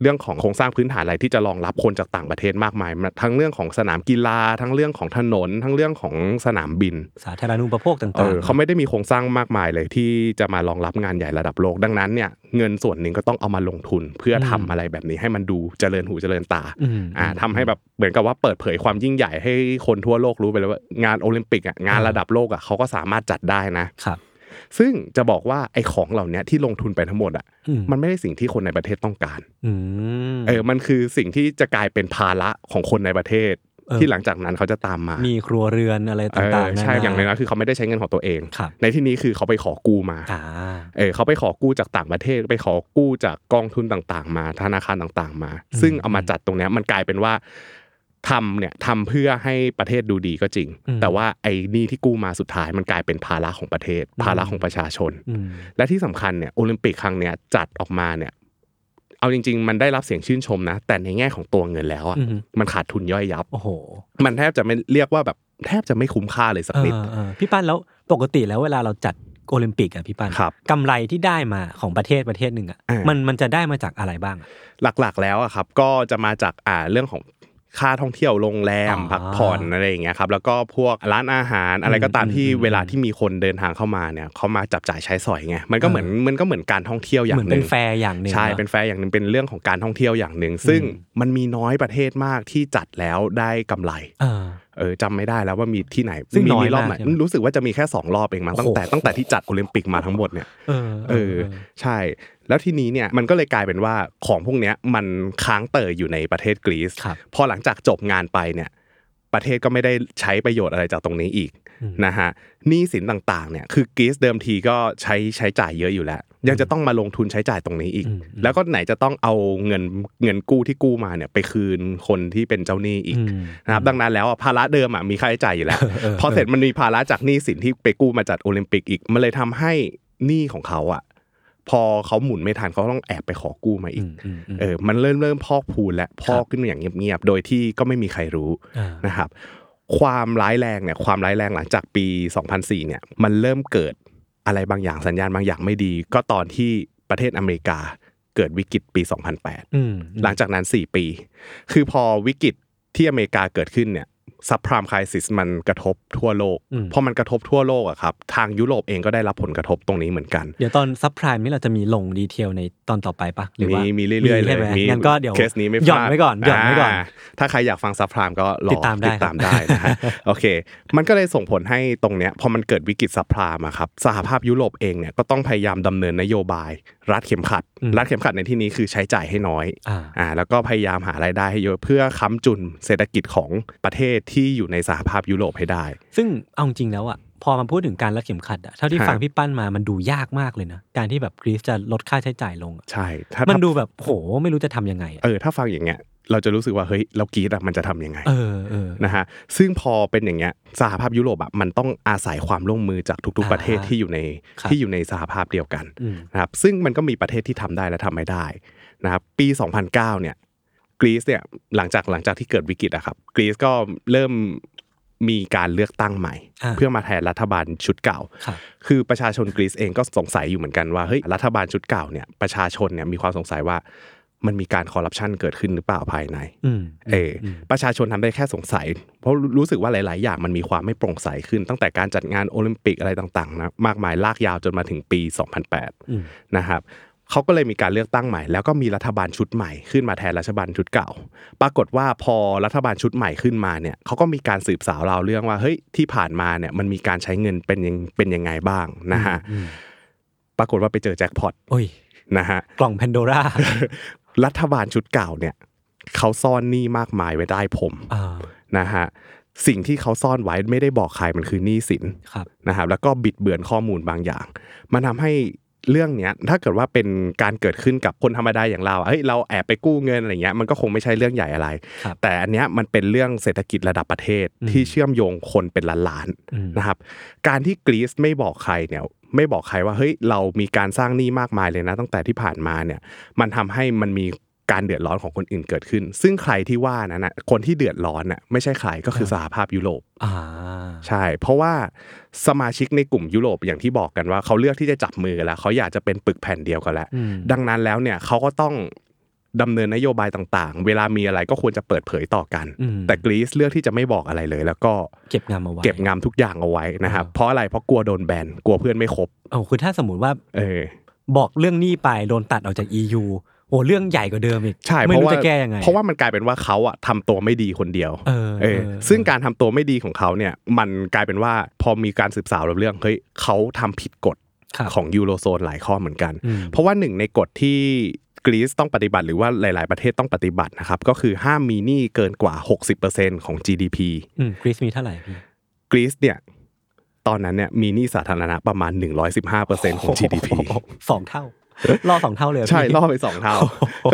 เรื่องของโครงสร้างพื้นฐานอะไรที่จะรองรับคนจากต่างประเทศมากมายมันทั้งเรื่องของสนามกีฬา ทั้งเรื่องของถนน ทั้งเรื่องของสนามบิน สาธารณูปโภค เอ ต่าง อเขาไม่ได้มีโครงสร้างมากมายเลยที่จะมารองรับงานใหญ่ระดับโลก ดังนั้นเนี่ยเงินส่วนหนึ่งก็ต้องเอามาลงทุนเพื่อทำอะไรแบบนี้ให้มันดูเจริญหูเจริญตา ๆอืม อ่าทำให้แบบเหมือนกับว่าเปิดเผยความยิ่งใหญ่ให้คนทั่วโลกรู้ไปเลยว่างานโอลิมปิกอ่ะงาน อ่า ระดับโลกอ่ะเขาก็สามารถจัดได้นะ ครับ ซึ่งจะบอกว่าไอ้ของเหล่าเนี้ยที่ลงทุนไปทั้งหมดอ่ะ อื มันไม่ได้สิ่งที่คนในประเทศต้องการ อืม เออมันคือสิ่งที่จะกลายเป็นภาระของคนในประเทศ เออ ที่หลังจากนั้นเขาจะตามมา มีครัวเรือนอะไร เออ ต่างๆ ใช่ นน อย่างในนั้นคือเขาไม่ได้ใช้เงินของตัวเอง ครับ ในที่นี้คือเขาไปขอกู้มา อ่า เออเขาไปขอกู้จากต่างประเทศไปขอกู้จากกองทุนต่างๆ มาธนาคารต่างๆ มา ซึ่งเอามาจัดตรงเนี้ยมันกลายเป็นว่าทำเนี่ยทำเพื่อให้ประเทศดูดีก็จริง แต่ว่าไอ้หนี่ที่กู้มาสุดท้ายมันกลายเป็นภาระของประเทศ ภาระของประชาชน อืม และที่สำคัญเนี่ยโอลิมปิกครั้งเนี้ยจัดออกมาเนี่ยเอาจริง ๆ มันได้รับเสียงชื่นชมนะ แต่ในแง่ของตัวเงินแล้วอ่ะ อืม มันขาดทุนย่อยยับ โอ้โห มันแทบจะไม่เรียกว่าแบบแทบจะไม่คุ้มค่าเลยสัก เอ นิด อเออพี่ปั้นแล้วปกติแล้วเวลาเราจัดโอลิมปิกอะพี่ปั้น ครับ กำไรที่ได้มาของประเทศประเทศหนึ่งอะ อ่ามั มันมันจะได้มาจากอะไรบ้างอะ หลักๆแล้วอะครับก็จะมาจากอ่าเรื่องของค่าท่องเที่ยวโรงแรม อ๋อ พักผ่อนอะไรอย่างเงี้ยครับแล้วก็พวกร้านอาหารอะไรก็ตาม อืม ที่ อืม เวลาที่มีคนเดินทางเข้ามาเนี่ยเขามาจับจ่ายใช้สอยไงมันก็เหมือนมันก็เหมือนการท่องเที่ยวอย่า เหมื ง อน ห เป็ นึ่ น ง แฟร์อย่างหนึ่ง ใช่ เนอะ เป็นแฟร์อย่างหนึ่งเป็นเรื่องของการท่องเที่ยวอย่างหนึ่งซึ่ง อืม มันมีน้อยประเทศมากที่จัดแล้วได้กำไร เออ เออจำไม่ได้แล้วว่ามีที่ไหน ซึ่งน้อย มีรอบ มาก ไหน ใช่ไหม รู้สึกว่าจะมีแค่สองรอบเองมั้งตั้งแต่ โอ้โห ตั้งแต่ที่จัดโอลิมปิกมาทั้งหมดเนี่ย เออ เออใช่ แล้วทีนี้เนี่ยมันก็เลยกลายเป็นว่าของพวกเนี้ยมันค้างเต่ออยู่ในประเทศกรีซ ครับ พอหลังจากจบงานไปเนี่ยประเทศก็ไม่ได้ใช้ประโยชน์อะไรจากตรงนี้อีก อืม นะฮะหนี้สินต่างๆเนี่ยคือกรีซเดิมทีก็ใช้ใช้จ่ายเยอะอยู่แล้ว ยังจะต้องมาลงทุนใช้จ่ายตรงนี้อีก อืม แล้วก็ไหนจะต้องเอาเงินเงินกู้ที่กู้มาเนี่ยไปคืนคนที่เป็นเจ้าหนี้อีก อืม นะครับดังนั้นแล้วอ่ะภาระเดิมอ่ะมีค่าใช้จ่ายอยู่แล้ว เออ พอเสร็จมันมีภาระจากหนี้สินที่ไปกู้มาจัดโอลิมปิกอีก มันเลยทำให้หนี้ของเขาอ่ะ พอเขาหมุนไม่ทันเขาต้องแอบไปขอกู้มาอีก มมม เออ มันเริ่มเริ่มพอกพูนและพอกขึ้นมาอย่างเงียบๆ โดยที่ก็ไม่มีใครรู้ อ่า นะครับ ความร้ายแรงเนี่ย ความร้ายแรงหลังจากปี 2004 เนี่ย มันเริ่มเกิดอะไรบางอย่างสัญญาณบางอย่างไม่ดี ก็ตอนที่ประเทศอเมริกาเกิดวิกฤตปี 2008 อืม หลังจากนั้น 4 ปี คือพอวิกฤตที่อเมริกาเกิดขึ้นเนี่ยซับพรามคริสิสมันกระทบทั่วโลก พอมันกระทบทั่วโลกอะครับ ทางยุโรปเองก็ได้รับผลกระทบตรงนี้เหมือนกัน เดี๋ยวตอนซับไพร m มนี่เราจะมีลงดีเทลในตอนต่อไปปะหรือว่า มีมี มี เรื่อยๆเล ใช่ ย ไหม มี งั้นก็เดี๋ยว เคสนี้ไม่พลาด หย่อนไว้ก่อนหย่อนไว้ก่อน าถ้าใครอยากฟังซับพรามก็รอ ติดตามได้ ติดตามได้นะ ฮะ โอเค มันก็เลยส่งผลให้ตรงเนี้ยพอมันเกิดวิกฤตซับพรามอะครับสหภาพยุโรปเองเนี่ยก็ต้องพยายามดำเนินนโยบาย รัดเข็มขัด อืม รัดเข็มขัดในที่นี้คือใช้จ่ายให้น้อย อ่า อ่าแล้วก็พยายามหารายได้ให้เยอะเพื่อค้ำจุนเศรษฐกิจของประเทศที่อยู่ในสหภาพยุโรปให้ได้ ซึ่งเอาจริงแล้วอ่ะพอมาพูดถึงการรัดเข็มขัดอ่ะเท่าที่ ฮะ ฟังพี่ปั้นมามันดูยากมากเลยนะ การที่แบบกรีซจะลดค่าใช้จ่ายลงอะ ใช่ถ้า มัน ถ้า ดูแบบโหไม่รู้จะทำยังไงอะ เออถ้าฟังอย่างเงี้ยเราจะรู้สึกว่าเฮ้ยเรากรีดอะมันจะทำยังไง เออเออ นะฮะซึ่งพอเป็นอย่างเงี้ยสหภาพยุโรปอะมันต้องอาศัยความร่วมมือจากทุก ๆ ประเทศ อ่า ที่อยู่ใน ครับ ที่อยู่ในสหภาพเดียวกัน อืม นะครับซึ่งมันก็มีประเทศที่ทำได้และทำไม่ได้นะครับปี 2009เนี่ยกรีซเนี่ยหลังจากหลังจากที่เกิดวิกฤตอะครับกรีซก็เริ่มมีการเลือกตั้งใหม่ ะ เพื่อมาแทนรัฐบาลชุดเก่า ครับ คือประชาชนกรีซเองก็สงสัยอยู่เหมือนกันว่าเฮ้ยรัฐบาลชุดเก่าเนี่ยประชาชนเนี่ยมีความสงสัยว่ามันมีการคอร์รัปชันเกิดขึ้นหรือเปล่าภายใน อืม เอออประชาชนทำได้แค่สงสัย เพราะรู้สึกว่าหลาย ๆ อย่างมันมีความไม่โปร่งใสขึ้น ตั้งแต่การจัดงานโอลิมปิกอะไรต่าง ๆ นะมากมายลากยาวจนมาถึงปี 2008 อืม นะครับเขาก็เลยมีการเลือกตั้งใหม่ แล้วก็มีรัฐบาลชุดใหม่ขึ้นมาแทนรัฐบาลชุดเก่า ปรากฏว่าพอรัฐบาลชุดใหม่ขึ้นมาเนี่ยเขาก็มีการสืบสาวราวเรื่องว่าเฮ้ยที่ผ่านมาเนี่ยมันมีการใช้เงินเป็นยังเป็นยังไงบ้างนะฮะ อืม ปรากฏว่าไปเจอแจ็คพอต โอ้ย นะฮะ กล่องแพนโดร่า รัฐบาลชุดเก่าเนี่ยเขาซ่อนหนี้มากมายไว้ใต้ผม อ่า นะฮะสิ่งที่เขาซ่อนไว้ไม่ได้บอกใครมันคือหนี้สิน ครับ นะครับแล้วก็บิดเบือนข้อมูลบางอย่าง มันทำให้เรื่องเนี้ยถ้าเกิดว่าเป็นการเกิดขึ้นกับคนธรรมดาอย่างเราเฮ้ยเราแอบไปกู้เงินอะไรเงี้ยมันก็คงไม่ใช่เรื่องใหญ่อะไร ครับ แต่อันเนี้ยมันเป็นเรื่องเศรษฐกิจระดับประเทศ อืม ที่เชื่อมโยงคนเป็นล้าน อืม ๆนะครับการที่กรีซไม่บอกใครเนี่ยไม่บอกใครว่าเฮ้ยเรามีการสร้างหนี้มากมายเลยนะ ตั้งแต่ที่ผ่านมาเนี่ยมันทำให้มันมี การเดือดร้อนของคนอื่นเกิดขึ้น ซึ่งใครที่ว่านั้นน่ะคนที่เดือดร้อนน่ะไม่ใช่ใครก็คือสหภาพยุโรป อ่า ใช่ เพราะว่าสมาชิกในกลุ่มยุโรปอย่างที่บอกกันว่าเขาเลือกที่จะจับมือกันแล้วเขาอยากจะเป็นปึกแผ่นเดียวกันแล้ว อืม ดังนั้นแล้วเนี่ยเขาก็ต้องดำเนินนโยบายต่างๆ เวลามีอะไรก็ควรจะเปิดเผยต่อกัน อืม แต่กรีซเลือกที่จะไม่บอกอะไรเลย แล้วก็ เก็บงำเอาไว้ เก็บงามทุกอย่างเอาไว้นะครับเพราะอะไรเพราะกลัวโดนแบนกลัวเพื่อนไม่ครบ โอ้คือถ้าสมมติว่า เออ บอกเรื่องหนี้ไปโดนตัดออกจาก EU โอ้เรื่องใหญ่กว่าเดิมอีก ใช่ ไม่ เพราะ รู้ ว่า จะแก้ยังไง เพราะว่ามันกลายเป็นว่าเขาอะทำตัวไม่ดีคนเดียว เออ เออ เออ ซึ่งการทำตัวไม่ดีของเขาเนี่ยมันกลายเป็นว่าพอมีการสืบสาวเรื่องเฮ้ยเขาทำผิดกฎ ครับ ของยูโรโซนหลายข้อเหมือนกัน อืม เพราะว่าหนึ่งในกฎที่กรีซต้องปฏิบัติหรือว่าหลาย ๆ ประเทศต้องปฏิบัตินะครับก็คือห้ามมีหนี้เกินกว่า 60%ของ GDP อืมกรีซมีเท่าไหร่พี่ กรีซเนี่ยตอนนั้นเนี่ยมีหนี้สาธารณะประมาณ 115%ของ GDP สองเท่า ล่อสองเท่าเลยเหรอ ใช่ พี่ ล่อไปสองเท่า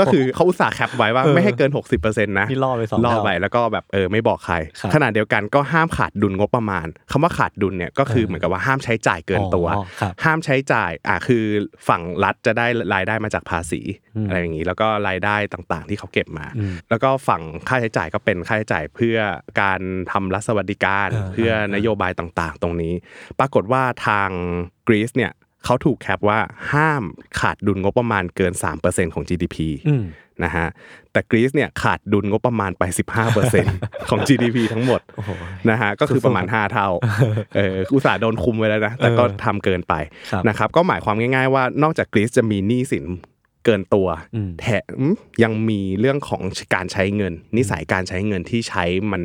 ก็คือเขาอุตส่าห์แคปไว้ว่าไม่ให้เกิน 60%นะ นี่ล่อไปสอง ล่อ เท่า ไปแล้วก็แบบเออไม่บอกใคร ครับ ขณะเดียวกันก็ห้ามขาดดุลงบประมาณคำว่าขาดดุลเนี่ยก็คือ เออ เหมือนกับว่าห้ามใช้จ่ายเกินตัว อ๋อครับ ห้ามใช้จ่ายอ่ะคือฝั่งรัฐจะได้รายได้มาจากภาษี อืม อะไรอย่างนี้แล้วก็รายได้ต่างๆ ที่เขาเก็บมา อืม แล้วก็ฝั่งค่าใช้จ่ายก็เป็นค่าใช้จ่ายเพื่อการทำรัฐสวัสดิการ เออ เพื่อนโยบายต่างๆ ตรงนี้ ปรากฏว่าทางกรีซเนี่ยเขาถูกแคปว่าห้ามขาดดุลงบประมาณเกิน 3%ของ GDP อืม นะฮะแต่กรีซเนี่ยขาดดุลงบประมาณไป 15%ของ GDP ทั้งหมด โอ้โห นะฮะก็คือประมาณ 5 เท่าเอออุตสาห์โดนคุมไว้แล้วนะ แต่ก็ เออ ทำเกินไป ครับ นะครับก็หมายความง่ายๆว่านอกจากกรีซจะมีหนี้สินเกินตัว อืม แถมยังมีเรื่องของการใช้เงิน นิสัยการใช้เงินที่ใช้มัน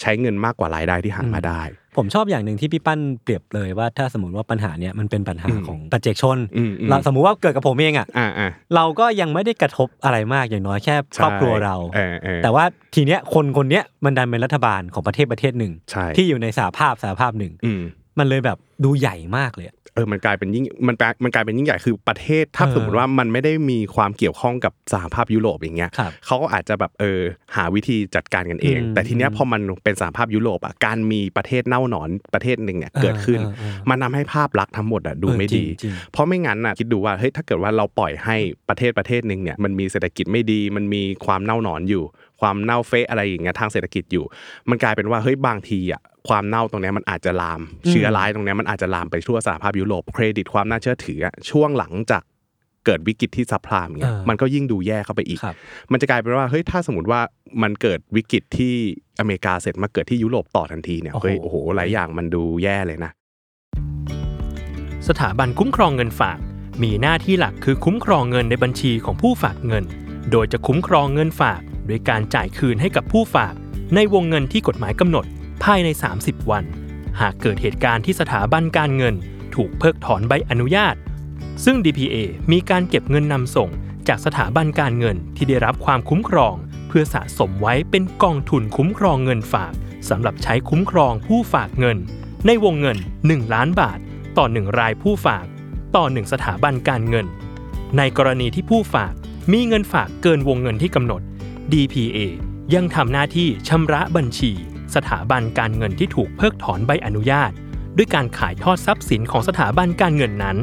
ใช้เงินมากกว่ารายได้ที่หามาได้ ผมชอบอย่างหนึ่งที่พี่ปั้นเปรียบเลยว่าถ้าสมมติว่าปัญหาเนี้ยมันเป็นปัญหา อืม ของปัจเจกชน อืมอืม เราสมมุติว่าเกิดกับผมเองอ่ะ อ่าอ่า เราก็ยังไม่ได้กระทบอะไรมากอย่างน้อยแค่ครอบครัวเรา เออเออ แต่ว่าทีเนี้ยคนคนเนี้ยมันดันเป็นรัฐบาลของประเทศประเทศหนึ่ง ใช่ ที่อยู่ในสาภาพสาภาพหนึ่ง อืม มันเลยแบบดูใหญ่มากเลยอะ เออ มันกลายเป็นยิ่ง มันแปลมันกลายเป็นยิ่งใหญ่ คือประเทศ ถ้า เออ สมมติว่ามันไม่ได้มีความเกี่ยวข้องกับสหภาพยุโรปอย่างเงี้ย ครับ เขาก็อาจจะแบบ เออ หาวิธีจัดการกันเอง อืม แต่ทีเนี้ย อืม พอมันเป็นสหภาพยุโรปอ่ะ การมีประเทศเน่าหนอนประเทศหนึ่งเนี่ย เออ เกิดขึ้น เออเออ มันทำให้ภาพลักษณ์ทั้งหมดอ่ะดูไม่ดี เออจริง เพราะไม่งั้นน่ะคิดดูว่าเฮ้ยถ้าเกิดว่าเราปล่อยให้ประเทศประเทศหนึ่งเนี่ยมันมีเศรษฐกิจไม่ดี มันมีความเน่าหนอนอยู่ ความเน่าเฟะอะไรอย่างเงี้ยทางเศรษฐกิจอยู่ มันกลายเป็นว่าเฮ้ยบางทีอ่ะความเน่าตรงเนี้ยมันอาจจะลาม อืม เชื้อร้ายตรงเนี้ยมันอาจจะลามไปทั่วสหภาพยุโรปเครดิตความน่าเชื่อถืออะช่วงหลังจากเกิดวิกฤตที่ซับพลามเงี้ยมันก็ยิ่งดูแย่เข้าไปอีก ๆครับ มันจะกลายเป็นว่าเฮ้ยถ้าสมมติว่ามันเกิดวิกฤตที่อเมริกาเสร็จมาเกิดที่ยุโรปต่อทันทีเนี่ยเฮ้ย โอ้ โอ้ โห โหหลายอย่างมันดูแย่เลยนะ สถาบันคุ้มครองเงินฝาก มีหน้าที่หลักคือคุ้มครองเงินในบัญชีของผู้ฝากเงิน โดยจะคุ้มครองเงินฝากโดยการจ่ายคืนให้กับผู้ฝาก ในวงเงินที่กฎหมายกำหนด ภายใน 30 วัน หากเกิดเหตุการณ์ที่สถาบันการเงิน ถูกเพิกถอนใบอนุญาต ซึ่ง DPA มีการเก็บเงินนำส่ง จากสถาบันการเงินที่ได้รับความคุ้มครอง เพื่อสะสมไว้เป็นกองทุนคุ้มครองเงินฝากสำหรับใช้คุ้มครองผู้ฝากเงิน ในวงเงิน 1 ล้านบาท ต่อ 1 รายผู้ฝาก ต่อ 1 สถาบันการเงิน ในกรณีที่ผู้ฝากมีเงินฝากเกินวงเงินที่กำหนด DPA ยังทำหน้าที่ชำระบัญชี สถาบันการเงินที่ถูกเพิกถอนใบอนุญาต ด้วยการขายทอดทรัพย์สินของสถาบันการเงินนั้น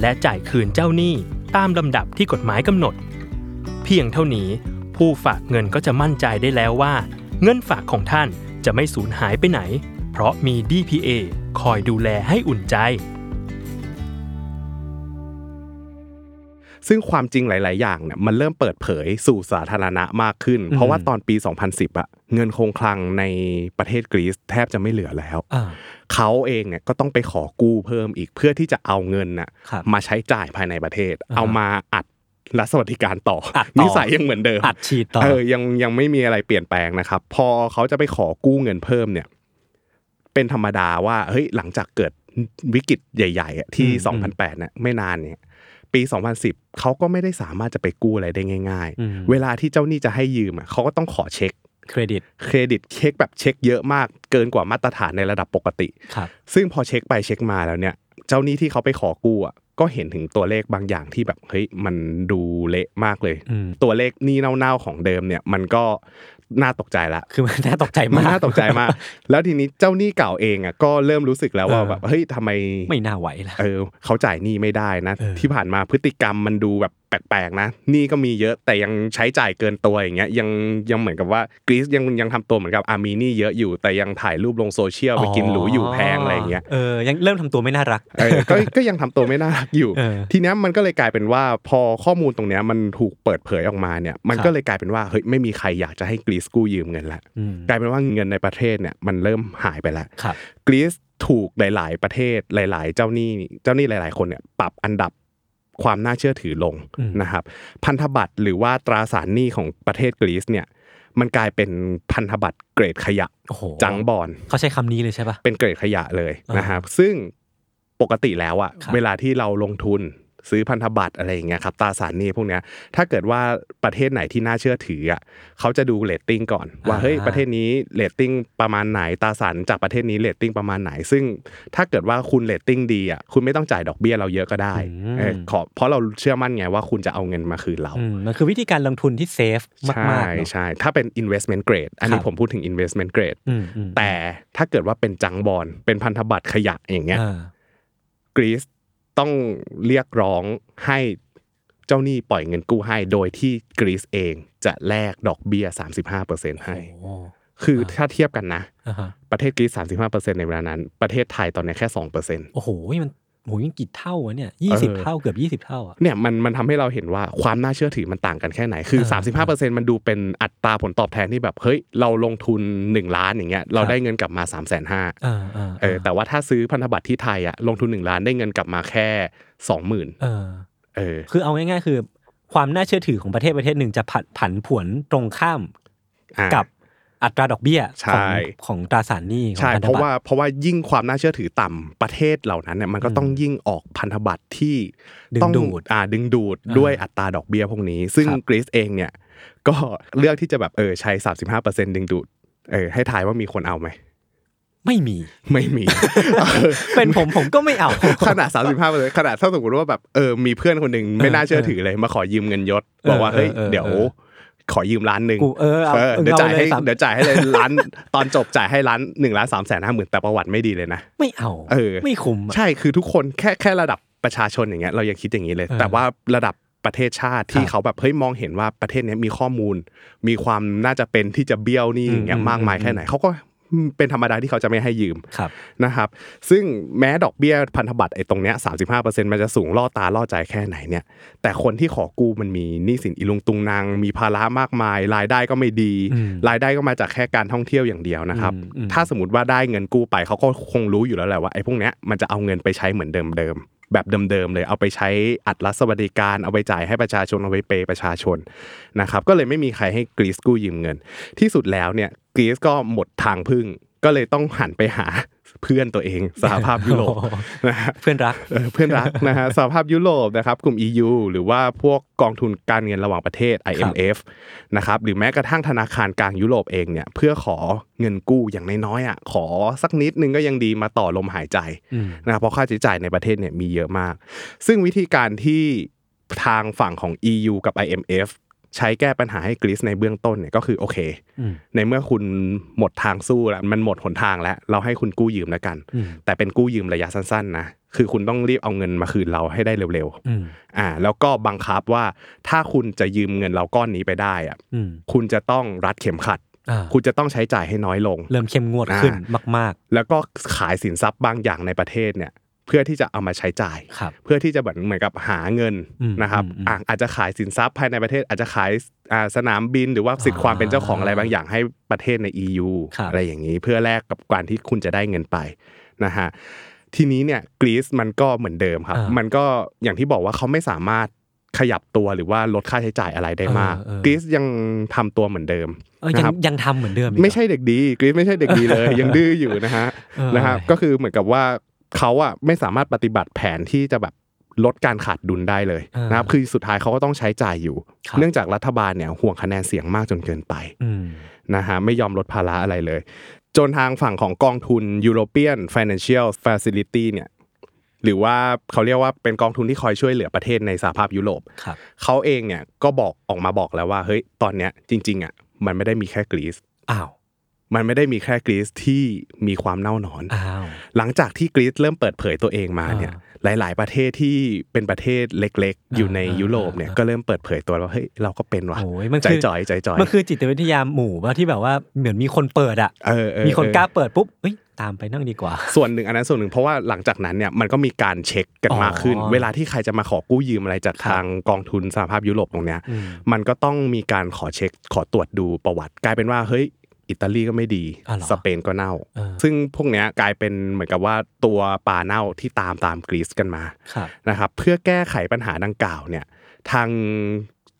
และจ่ายคืนเจ้าหนี้ตามลำดับที่กฎหมายกำหนด เพียงเท่านี้ ผู้ฝากเงินก็จะมั่นใจได้แล้วว่า เงินฝากของท่านจะไม่สูญหายไปไหน เพราะมี DPA คอยดูแลให้อุ่นใจ ซึ่งความจริงหลาย ๆ อย่างเนี่ยมันเริ่มเปิดเผยสู่สาธารณะมากขึ้น เพราะว่าตอนปี 2010อะเงินคงคลังในประเทศกรีซแทบจะไม่เหลือแล้ว อ่า เขาเองเนี่ยก็ต้องไปขอกู้เพิ่มอีกเพื่อที่จะเอาเงินน่ะ ครับ มาใช้จ่ายภายในประเทศ อ่าฮะ เอามาอัดรัฐสวัสดิการต่อ อัดต่อ นิสัยยังเหมือนเดิม อัดฉีดต่อ เออยังยังไม่มีอะไรเปลี่ยนแปลงนะครับ พอเขาจะไปขอกู้เงินเพิ่มเนี่ย เป็นธรรมดาว่าเฮ้ยหลังจากเกิดวิกฤตใหญ่ๆอะที่ อืมอืม 2008เนี่ยไม่นานเนี่ย ปี 2010 เขาก็ไม่ได้สามารถจะไปกู้อะไรได้ง่าย อืม ๆ เวลาที่เจ้าหนี้จะให้ยืมอะเขาก็ต้องขอเช็ค เครดิต เครดิตเช็คแบบเช็คเยอะมาก เกินกว่ามาตรฐานในระดับปกติ ครับ ซึ่งพอเช็คไปเช็คมาแล้วเนี่ย เจ้าหนี้ที่เขาไปขอกู้อะ ก็เห็นถึงตัวเลขบางอย่างที่แบบเฮ้ยมันดูเละมากเลย อืม ตัวเลขหนี้เน่าๆของเดิมเนี่ย มันก็น่าตกใจละ คือมันน่าตกใจ มัน มาก น่าตกใจ มาก แล้วทีนี้เจ้าหนี้เก่าเองอ่ะก็เริ่มรู้สึกแล้วว่า เออ แบบเฮ้ยทำไม ไม่น่าไหวละ เออเขาจ่ายหนี้ไม่ได้นะ เออ ที่ผ่านมาพฤติกรรมมันดูแบบแปลกๆนะหนี้ก็มีเยอะแต่ยังใช้จ่ายเกินตัวอย่างเงี้ยยังยังเหมือนกับว่ากรีซยังยังทำตัวเหมือนกับอามีหนี้เยอะอยู่ แต่ยังถ่ายรูปลงโซเชียลไปกินหรูอยู่แพงอะไรอย่างเงี้ย เออยังเริ่มทำตัวไม่น่ารัก เออก็ก็ยังทำตัวไม่น่ารักอยู่ เออ ทีเนี้ยมันก็เลยกลายเป็นว่าพอข้อมูลตรงเนี้ยมันถูกเปิดเผยออกมาเนี่ยมัน ครับ ก็เลยกลายเป็นว่าเฮ้ยไม่มีใครอยากจะให้กรีซกู้ยืมเงินละ อืม กลายเป็นว่าเงินในประเทศเนี่ยมันเริ่มหายไปแล้ว ครับ กรีซถูกหลาย ๆ ประเทศหลาย ๆ เจ้าหนี้เจ้าหนี้หลาย ๆ คนเนี่ยปรับอันดับความน่าเชื่อถือลง อืม นะครับพันธบัตรหรือว่าตราสารหนี้ของประเทศกรีซเนี่ยมันกลายเป็นพันธบัตรเกรดขยะ โอ้โห จังบอล เขาใช้คำนี้เลยใช่ปะ เป็นเกรดขยะเลย อ่าน นะครับ ซึ่งปกติแล้วอะ ครับ เวลาที่เราลงทุนซื้อพันธบัตรอะไรอย่างเงี้ยครับตราสารหนี้พวกเนี้ยถ้าเกิดว่าประเทศไหนที่น่าเชื่อถืออะเขาจะดูเรตติ้งก่อน ว่าเฮ้ยประเทศนี้เรตติ้งประมาณไหนตราสารจากประเทศนี้เรตติ้งประมาณไหน ซึ่งถ้าเกิดว่าคุณเรตติ้งดีอะคุณไม่ต้องจ่ายดอกเบี้ยเราเยอะก็ได้เออขอเพราะเราเชื่อมั่นไงว่าคุณจะเอาเงินมาคืนเรา อืมมันคือวิธีการลงทุนที่เซฟมากๆ ใช่ เนอะ ใช่ถ้าเป็น investment grade อันนี้ ครับ ผมพูดถึง investment grade อืมอืม แต่ถ้าเกิดว่าเป็นจังบอลเป็นพันธบัตรขยะอย่างเงี้ย อ่าก รีซต้องเรียกร้องให้เจ้าหนี้ปล่อยเงินกู้ให้ โดยที่กรีซเองจะแลกดอกเบี้ย 35%ให้ โอ้โห คือถ้าเทียบกันนะ อ่าฮะ ประเทศกรีซ35%ในเวลานั้น ประเทศไทยตอนเนี้ยแค่ 2%เ โอ้โหมันโหยิ่งกี่เท่าวะเนี่ยยี่สิบเท่าเกือบยี่สิบเท่าอ่ะ นี่ยมันมันทำให้เราเห็นว่าความน่าเชื่อถือมันต่างกันแค่ไหน คือ เอ 35%มันดูเป็นอัตราผลตอบแทนที่แบบเฮ้ยเราลงทุน 1 ล้านอย่างเงี้ยเรา ครับ ได้เงินกลับมา 3 5 0 0 0 อ่าอ่า เออแต่ว่าถ้าซื้อพันธบัตรที่ไทยอะลงทุน 1 ล้านได้เงินกลับมาแค่ 20,000 เออ เออ คือเอาง่ายๆ คือ ความน่าเชื่อถือของประเทศประเทศหนึ่งจะผัดผันผวนตรงข้าม อ่ะ กับอัตราดอกเบี้ย ใช่ ของของตราสารหนี้ของ ใช่ พันธ เพราะ บัต ว่าร เพราะว่ายิ่งความน่าเชื่อถือต่ำประเทศเหล่านั้นเนี่ยมันก็ต้องยิ่งออกพันธบัตรที่ ดึง ต้อง ดูด อ่าดึงดูด อ่า ด้วยอัตราดอกเบี้ยพวกนี้ ซึ่ง ครับ กรีซเองเนี่ย ก็เลือกที่จะแบบเออใช้ 35%ดึงดูดเออให้ทายว่ามีคนเอาไหม ไม่มี ไม่มี เป็นผมผมก็ไม่เอา ขนาด 35เปอร์เซ็นต์ขนาดถ้าสมมติว่าแบบเออมีเพื่อนคนหนึ่งไม่น่าเชื่อถือเลยมาขอยืมเงินยศ เออ บอกว่าเฮ้ย เออเออ เดี๋ยว เออ ขอยืมล้านหนึ่ง กูเออเอา เออเดี๋ยวจ่ายให้ เอาเลยสาม เดี๋ยวจ่ายให้เลยล้าน ตอนจบจ่ายให้ล้านหนึ่งล้านสามแสนห้าหมื่นแต่ประวัติไม่ดีเลยนะ ไม่เอา เออ ไม่คุ้มอะ ใช่คือทุกคนแค่แค่ระดับประชาชนอย่างเงี้ยเรายังคิดอย่างนี้เลย เออ แต่ว่าระดับประเทศชาติที่ ครับ เขาแบบเฮ้ยมองเห็นว่าประเทศเนี้ยมีข้อมูล มีความน่าจะเป็นที่จะเบี้ยวหนี่อย่างเงี้ย อืม มากมายแค่ไหนเขาก็เป็นธรรมดาที่เขาจะไม่ให้ยืม ครับ นะครับซึ่งแม้ดอกเบี้ยพันธบัตรไอ้ตรงเนี้ยสามันจะสูงล่อตาล่อใจแค่ไหนเนี่ยแต่คนที่ขอกู้มันมีหนี้สินอีลุงตุงนางมีภาระมากมาย รายได้ก็ไม่ดี อืม รายได้ก็มาจากแค่การท่องเที่ยวอย่างเดียวนะครับ อืมอืม ถ้าสมมติว่าได้เงินกู้ไปเขาก็คงรู้อยู่แล้วแหละว่าไอ้พวกเนี้ยมันจะเอาเงินไปใช้เหมือนเดิมเดิมๆแบบเดิมๆเลยเอาไปใช้อัดรัฐสวัสดิการเอาไปจ่ายให้ประชาชนเอาไปเปย์ประชาชนนะครับก็เลยไม่มีใครให้กรีซกู้ยืมเงิน ที่สุดแล้วเนี่ยกรีซก็หมดทางพึ่ง ก็เลยต้องหันไปหาเพื่อนตัวเอง สหภาพยุโรป นะฮะ เพื่อนรัก เออเพื่อนรักนะ ฮะสหภาพยุโรปนะครับกลุ่ม EU หรือว่าพวกกองทุนการเงินระหว่างประเทศ IMF นะครับหรือแม้กระทั่งธนาคารกลางยุโรปเองเนี่ยเพื่อขอเงินกู้อย่างน้อยๆอ่ะขอสักนิดนึงก็ยังดีมาต่อลมหายใจ อืม นะครับเพราะค่าใช้จ่ายในประเทศเนี่ยมีเยอะมาก ซึ่งวิธีการที่ทางฝั่งของ EU กับ IMF ใช้แก้ปัญหาให้กรีซในเบื้องต้นเนี่ยก็คือโอเค อืม ในเมื่อคุณหมดทางสู้แล้วมันหมดหนทางแล้ว เราให้คุณกู้ยืมแล้วกัน อืม แต่เป็นกู้ยืมระยะสั้นๆนะคือคุณต้องรีบเอาเงินมาคืนเราให้ได้เร็ว อืม ๆอ่าแล้วก็บังคับว่าถ้าคุณจะยืมเงินเราก้อนนี้ไปได้อะ อืม คุณจะต้องรัดเข็มขัด อ่า คุณจะต้องใช้จ่ายให้น้อยลง เริ่มเข้มงวดขึ้นมาก แล้วก็ขายสินทรัพย์บางอย่างในประเทศเนี่ยเพื่อที่จะเอามาใช้จ่าย ๆ ครับ เพื่อที่จะเหมือนเหมือนกับหาเงิน อืม นะครับ อืมอืม อ่ะอาจจะขายสินทรัพย์ภายในประเทศ อาจจะขายอ่าสนามบินหรือว่าสิทธิ์ความเป็นเจ้าของอะไรบางอย่างให้ประเทศใน EU ครับ อะไรอย่างนี้เพื่อแลกกับการที่คุณจะได้เงินไปนะฮะทีนี้เนี่ยกรีซมันก็เหมือนเดิมครับ อ่ามั มันก็อย่างที่บอกว่าเขาไม่สามารถขยับตัวหรือว่าลดค่าใช้จ่ายอะไรได้มาก เออเออ กรีซยังทำตัวเหมือนเดิม เออยัง นะครับ ยังทำเหมือนเดิมอีก ไม่ เหรอ ใช่เด็กดีกรีซไม่ใช่เด็กดีเลย ยังดื้ออยู่นะฮะ เออ นะฮะก็คือเหมือนกับว่าเขาอ่ะไม่สามารถปฏิบัติแผนที่จะแบบลดการขาดดุลได้เลย เออ นะครับคือสุดท้ายเขาก็ต้องใช้จ่ายอยู่ ครับ เนื่องจากรัฐบาลเนี่ยห่วงคะแนนเสียงมากจนเกินไป อืม นะฮะไม่ยอมลดภาระอะไรเลย จนทางฝั่งของกองทุน European Financial Facility เนี่ย หรือว่าเขาเรียกว่าเป็นกองทุนที่คอยช่วยเหลือประเทศในสหภาพยุโรป ครับ เขาเองเนี่ยก็บอกออกมาบอกแล้วว่าเฮ้ยตอนเนี้ยจริงๆอ่ะมันไม่ได้มีแค่กรีซ อ้าว มันไม่ได้มีแค่กรีซที่มีความเน่าหนอน อ้าว หลังจากที่กรีซเริ่มเปิดเผยตัวเองมาเนี่ยหลาย ๆ ประเทศที่เป็นประเทศเล็ก ๆ อยู่ในยุโรปเนี่ยก็เริ่มเปิดเผยตัวแล้วว่าเฮ้ยเราก็เป็นว่ะ โอ้ยมัน ใจ คือ จ่อยใจจ่อย มันคือจิตวิทยาหมู่ว่าที่แบบว่าเหมือนมีคนเปิดอ่ะ เออเออ มีคน เออก ล้าเปิดปุ๊บเฮ้ยตามไปนั่งดีกว่า ส่วนหนึ่งอันนั้นส่วนหนึ่งเพราะว่าหลังจากนั้นเนี่ยมันก็มีการเช็คกันมากขึ้น อ๋อ เวลาที่ใครจะมาขอกู้ยืมอะไรจาก ครับ ทางกองทุนสหภาพยุโรปตรงเนี้ย อืม มันก็ต้องมีการขอเช็คขอตรวจดูประวัติ กลายเป็นว่าเฮ้ยอิตาลีก็ไม่ดี อ่ะเหรอ สเปนก็เน่า เออ ซึ่งพวกเนี้ยกลายเป็นเหมือนกับว่าตัวปลาเน่าที่ตามตามกรีซกันมา ครับ นะครับเพื่อแก้ไขปัญหาดังกล่าวเนี่ยทาง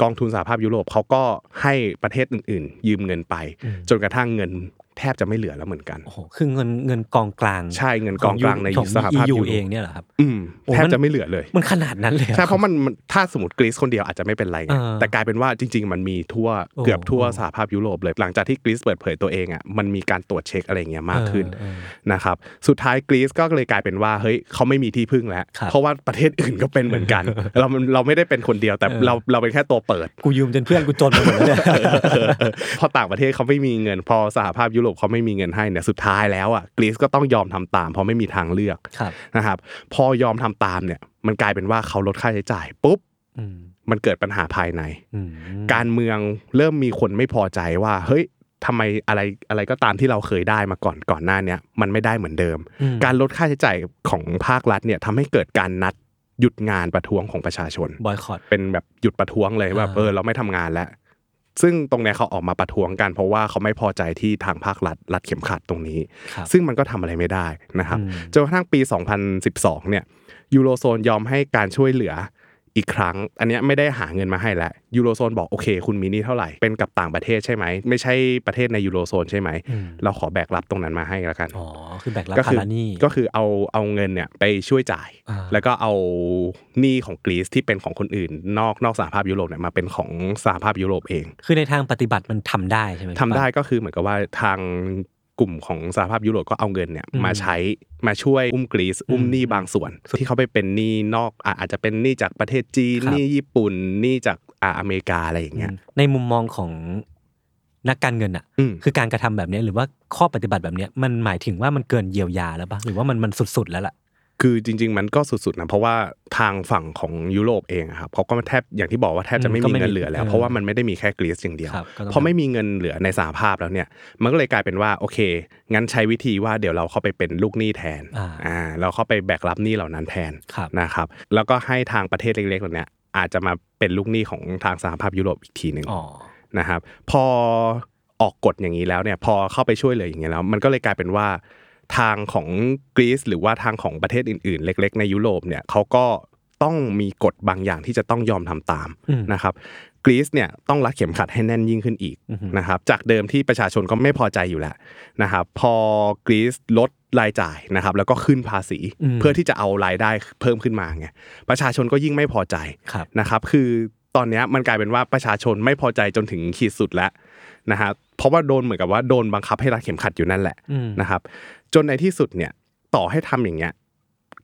กองทุนสหภาพยุโรปเขาก็ให้ประเทศอื่นๆ ยืมเงินไป อืม จนกระทั่งเงินแทบจะไม่เหลือแล้วเหมือนกัน โอ้โหคือเงินเงินกองกลาง ใช่เงินกองกลางใน ของ สหภาพ ยู ยุโร เอ ป งเนี่ยเหรอครับ อืม โอ้ แทบ มัน จะไม่เหลือเลย มันขนาดนั้นเลยหอ ใช่เพราะมันมันถ้าสมมติกรีซคนเดียวอาจจะไม่เป็นไรไง เออ แต่กลายเป็นว่าจริง ๆ มันมีทั่ว โอ้ เกือบทั่วสหภาพยุโรปเลย หลังจากที่กรีซเปิดเผยตัวเองอ่ะมันมีการตรวจเช็คอะไรเงี้ยมากขึ้น เออ นะครับสุดท้ายกรีซก็เลยกลายเป็นว่าเฮ้ยเขาไม่มีที่พึ่งแล้ว ครับ เพราะว่าประเทศอื่นก็เป็นเหมือนกัน เรามันเราไม่ได้เป็นคนเดียวแต่เราเราเป็นแค่ตัวเปิด กูยืมจนเพื่อนกูจนไปหมดแล้วเนี่ย พอต่างประเทศเขาไม่มีเงิน พอสหภาพยุโรปเขาไม่มีเงินให้เนี่ยสุดท้ายแล้วอ่ะกรีซก็ต้องยอมทำตาม เพราะไม่มีทางเลือก ครับ นะครับพอยอมทำตามเนี่ยมันกลายเป็นว่าเขาลดค่าใช้จ่ายปุ๊บ อืม มันเกิดปัญหาภายใน อืม การเมืองเริ่มมีคนไม่พอใจว่า เฮ้ยทำไมอะไรอะไรก็ตามที่เราเคยได้มาก่อนก่อนหน้าเนี้ยมันไม่ได้เหมือนเดิม อืม การลดค่าใช้จ่ายของภาครัฐเนี่ยทำให้เกิดการนัดหยุดงานประท้วงของประชาชน บอยคอต เป็นแบบหยุดประท้วงเลยแบบ อ่า เออเราไม่ทำงานแล้ว ซึ่งตรงเนี้ยเขาออกมาประท้วงกัน เพราะว่าเขาไม่พอใจที่ทางภาครัฐรัดเข็มขัดตรงนี้ ครับ ซึ่งมันก็ทำอะไรไม่ได้นะครับ อืม จนกระทั่งปี 2012 เนี่ยยูโรโซนยอมให้การช่วยเหลืออีกครั้ง อันเนี้ยไม่ได้หาเงินมาให้แล้วยูโรโซนบอกโอเค คุณมีหนี่เท่าไหร่ เป็นกับต่างประเทศใช่ไหม ไม่ใช่ประเทศในยูโรโซนใช่ไหม อืม เราขอแบกรับตรงนั้นมาให้แล้วกัน อ๋อคือแบกรับ ก็ ภา คือ ระหนี้ ก็คือเอาเอาเงินเนี่ยไปช่วยจ่าย อ่า แล้วก็เอาหนี้ของกรีซที่เป็นของคนอื่น นอกนอกสหภาพยุโรปเนี่ยมาเป็นของสหภาพยุโรปเอง คือในทางปฏิบัติมันทำได้ใช่ไหม ทำได้ก็คือเหมือนกับว่าทางกลุ่มของสหภาพยุโรปก็เอาเงินเนี่ย อืม มาใช้มาช่วยอุ้มกรีซอุ้ม อืม หนี้บางส่วน ที่เขาไปเป็นหนี้นอกอ่ะอาจจะเป็นหนี้จากประเทศจีน ครับ หนี้ญี่ปุ่นหนี้จากอ่ะอเมริกาอะไรอย่าง อื เงี้ย มในมุมมองของนักการเงินอ่ะ อืม คือการกระทำแบบเนี้ยหรือว่าข้อปฏิบัติแบบเนี้ยมันหมายถึงว่ามันเกินเยียวยาแล้วปะหรือว่ามันมันสุดๆแล้วล่ะ คือจริง ๆ มันก็สุดๆนะเพราะว่าทางฝั่งของยุโรปเองอะครับเขาก็แทบอย่างที่บอกว่าแทบจะไม่ ก็ มี ไม่มี เงินเหลือแล้ว เออ เพราะว่ามันไม่ได้มีแค่กรีซอย่างเดียว ครับก็ต้อง พอไม่มีเงินเหลือในสหภาพแล้วเนี่ย มันก็เลยกลายเป็นว่าโอเค งั้นใช้วิธีว่าเดี๋ยวเราเข้าไปเป็นลูกหนี้แทน อ่า อ่าเราเข้าไปแบกรับหนี้เหล่านั้นแทน ครับ นะครับแล้วก็ให้ทางประเทศเล็กๆเหล่าเนี้ยอาจจะมาเป็นลูกหนี้ของทางสหภาพยุโรปอีกทีหนึ่ง อ๋อ นะครับพอออกกฎอย่างนี้แล้วเนี่ยพอเข้าไปช่วยเหลืออย่างนี้ยแล้ว มันก็เลยกลายเป็นว่าทางของกรีซหรือว่าทางของประเทศอื่นๆ เล็ก ๆ ในยุโรปเนี่ยเขาก็ต้องมีกฎบางอย่างที่จะต้องยอมทำตาม อืม นะครับกรีซเนี่ยต้องรัดเข็มขัดให้แน่นยิ่งขึ้นอีก อือฮึ นะครับจากเดิมที่ประชาชนก็ไม่พอใจอยู่แล้วนะครับพอกรีซลดรายจ่ายนะครับแล้วก็ขึ้นภาษี อืม เพื่อที่จะเอารายได้เพิ่มขึ้นมาไงประชาชนก็ยิ่งไม่พอใจ ครับ นะครับ คือตอนเนี้ยมันกลายเป็นว่าประชาชนไม่พอใจจนถึงขีดสุดแล้วนะฮะเพราะว่าโดนเหมือนกับว่าโดนบังคับให้รัดเข็มขัดอยู่นั่นแหละ อืม นะครับ จนในที่สุดเนี่ยต่อให้ทำอย่างเงี้ย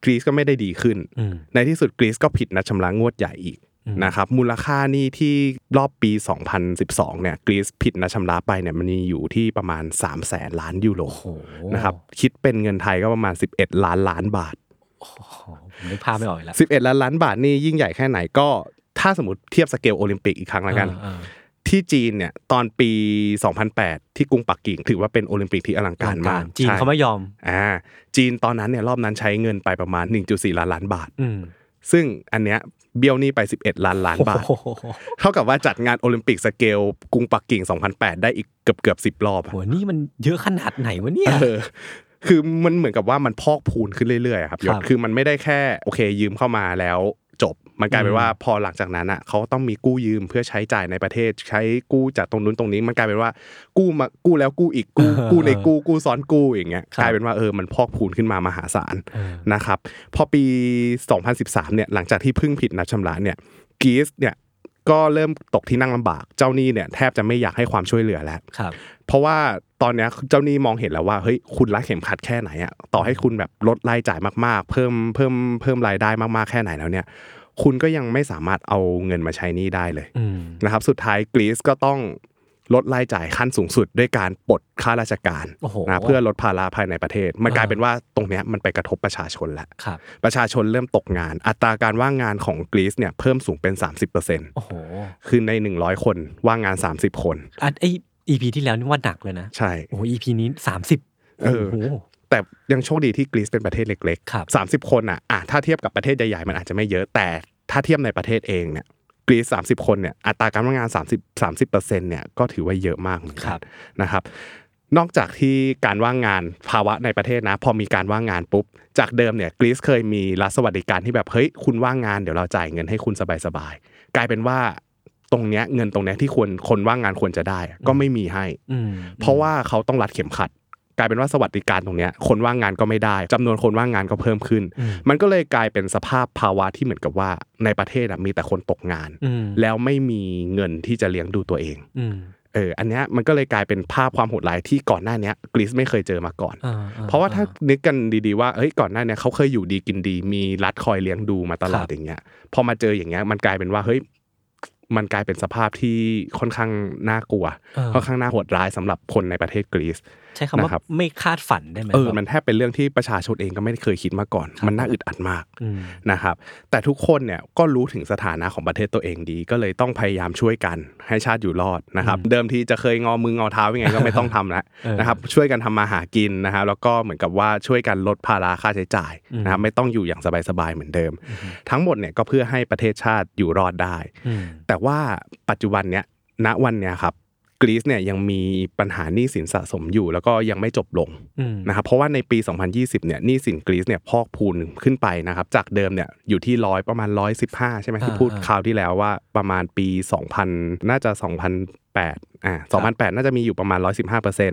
กรีซก็ไม่ได้ดีขึ้น อืม ในที่สุดกรีซก็ผิดนัดชำระงวดใหญ่อีก อืม นะครับมูลค่าหนี้ที่รอบปี 2012เนี่ยกรีซผิดนัดชำระไปเนี่ยมันมีอยู่ที่ประมาณ 3 0 0แสนล้านยูโร โห นะครับคิดเป็นเงินไทยก็ประมาณ 11 ล้านล้านบาท โอ้โหผมนึกภาพไม่ออกอีกแล้ว 11 ล้านล้านบาทนี่ยิ่งใหญ่แค่ไหนก็ ถ้าสมมติเทียบสเกลโอลิมปิกอีกครั้งละกัน อ่า ที่จีนเนี่ยตอนปี 2008 ที่กรุงปักกิ่ง ถือว่าเป็นโอลิมปิกที่อลังการมาก จีน ใช่ เขาไม่ยอม อ่าจีนตอนนั้นเนี่ยรอบนั้นใช้เงินไปประมาณ 1.4 ล้านล้านบาท อืม ซึ่งอันเนี้ยเบี้ยวหนี่ไป 11 ล้านล้านบาท โอ้โห เท่ากับว่าจัดงานโอลิมปิกสเกลกรุงปักกิ่ง 2008 ได้อีกเกือบเกือบสิบรอบอะ โหนี่มันเยอะขนาดไหนวะเนี่ย เออคือมันเหมือนกับว่ามันพอกพูนขึ้นเรื่อยๆอะครับย ครั ศ บ คือมันไม่ได้แค่โอเคยืมเข้ามาแล้วจบ มันกลายเป็นว่าพอหลังจากนั้นอ่ะเขาต้องมีกู้ยืมเพื่อใช้จ่ายในประเทศ ใช้กู้จากตรงนู้นตรงนี้ มันกลายเป็นว่ากู้มากู้แล้วกู้อีกกู้กู้ในกู้กู้ซ้อนกู้อย่างเงี้ย ครับ กลายเป็นว่าเออมันพอกพูนขึ้นมามหาศาล เออ นะครับพอปี 2013 เนี่ยหลังจากที่เพึ่งผิดนัดชำระเนี่ยกรีซเนี่ย ก็เริ่มตกที่นั่งลำบาก เจ้าหนี้เนี่ยแทบจะไม่อยากให้ความช่วยเหลือแล้ว ครับ เพราะว่าตอนเนี้ยเจ้าหนี้มองเห็นแล้วว่าเฮ้ยคุณรัดเข็มขัดแค่ไหนอะต่อให้คุณแบบลดรายจ่ายมากๆ เพิ่มเพิ่มเพิ่มรายได้มากๆแค่ไหนแล้วเนี่ย คุณก็ยังไม่สามารถเอาเงินมาใช้หนี้ได้เลย อืม นะครับสุดท้ายกรีซก็ต้องลดรายจ่ายขั้นสูงสุดด้วยการปลดค่าราชการ โอ้โห นะเพื่อลดภาระภายในประเทศ มันกลาย อ่า เป็นว่าตรงเนี้ยมันไปกระทบประชาชนแล้ว ครับ ประชาชนเริ่มตกงาน อัตราการว่างงานของกรีซเนี่ยเพิ่มสูงเป็น 30% โอ้โห คือใน 100 คนว่างงาน 30 คน อันไอ EP ที่แล้วนี่ว่าหนักเลยนะ ใช่ โอ้โห EP นี้สามสิบ เออ โอ้โห แต่ยังโชคดีที่กรีซเป็นประเทศเล็ก ครับ สามสิบคนอ่ะอ่ะถ้าเทียบกับประเทศใหญ่ๆมันอาจจะไม่เยอะแต่ถ้าเทียบในประเทศเองเนี่ยกรีซสามสิบคนเนี่ยอัตราการว่างงานสามสิบสามสิบเปอร์เซ็นต์เนี่ยก็ถือว่าเยอะมากเหมือน ค กั รั น บ นะครับนอกจากที่การว่างงานภาวะในประเทศนะ พอมีการว่างงานปุ๊บ จากเดิมเนี่ยกรีซเคยมีรัฐสวัสดิการที่แบบเฮ้ยคุณว่างงานเดี๋ยวเราจ่ายเงินให้คุณสบายๆกลายเป็นว่าตรงเนี้ยเงินตรงเนี้ยที่ควรคนว่างงานควรจะได้อะก็ไม่มีให้ อืม เพราะว่าเขาต้องรัดเข็มขัด กลายเป็นว่าสวัสดิการตรงเนี้ยคนว่างงานก็ไม่ได้จำนวนคนว่างงานก็เพิ่มขึ้น อืม มันก็เลยกลายเป็นสภาพภาวะที่เหมือนกับว่าในประเทศอะมีแต่คนตกงาน อืม แล้วไม่มีเงินที่จะเลี้ยงดูตัวเอง อืม เอออันเนี้ยมันก็เลยกลายเป็นภาพความโหดร้ายที่ก่อนหน้าเนี้ยกรีซไม่เคยเจอมาก่อน อ่อ่ เพราะว่าถ้า อ่ นึกกันดีๆว่าเฮ้ยก่อนหน้าเนี้ยเขาเคยอยู่ดีกินดี มีรัฐคอยเลี้ยงดูมาตลอดอย่างเงี้ยพอมาเจออย่างเงี้ยมันกลายเป็นว่าเฮ้ยมันกลายเป็นสภาพที่ค่อนข้างน่ากลัว เออ ค่อนข้างน่าโหดร้ายสำหรับคนในประเทศกรีซ ใช้คำว่า นะครับ ไม่คาดฝันได้ไหม เออ ครับ มันแทบเป็นเรื่องที่ประชาชนเองก็ไม่เคยคิดมาก่อน ครับ มันน่าอึดอัดมาก อืม นะครับ แต่ทุกคนเนี่ยก็รู้ถึงสถานะของประเทศตัวเองดี ก็เลยต้องพยายามช่วยกันให้ชาติอยู่รอดนะครับ เดิมทีจะเคยงอมืองอเท้ายังไงก็ไม่ต้องทำแล้ว เออ นะครับ ช่วยกันทำมาหากินนะครับแล้วก็เหมือนกับว่าช่วยกันลดภาระค่าใช้จ่าย อืม นะครับไม่ต้องอยู่อย่างสบายๆเหมือนเดิม ทั้งหมดเนี่ยก็เพื่อให้ประเทศชาติอยู่รอดได้ อืม แต่ว่าปัจจุบันเนี้ยณวันเนี้ยครับกรีซเนี่ยยังมีปัญหาหนี้สินสะสมอยู่ แล้วก็ยังไม่จบลง อืม นะครับเพราะว่าในปี 2020เนี่ยหนี้สินกรีซเนี่ยพอกพูนขึ้นไปนะครับจากเดิมเนี่ยอยู่ที่ร้อยประมาณ 115 ใช่ไหมที่พูดคราวที่แล้วว่าประมาณปี 2000 น่าจะ 2008อ่า2008 น่าจะมีอยู่ประมาณ 115%น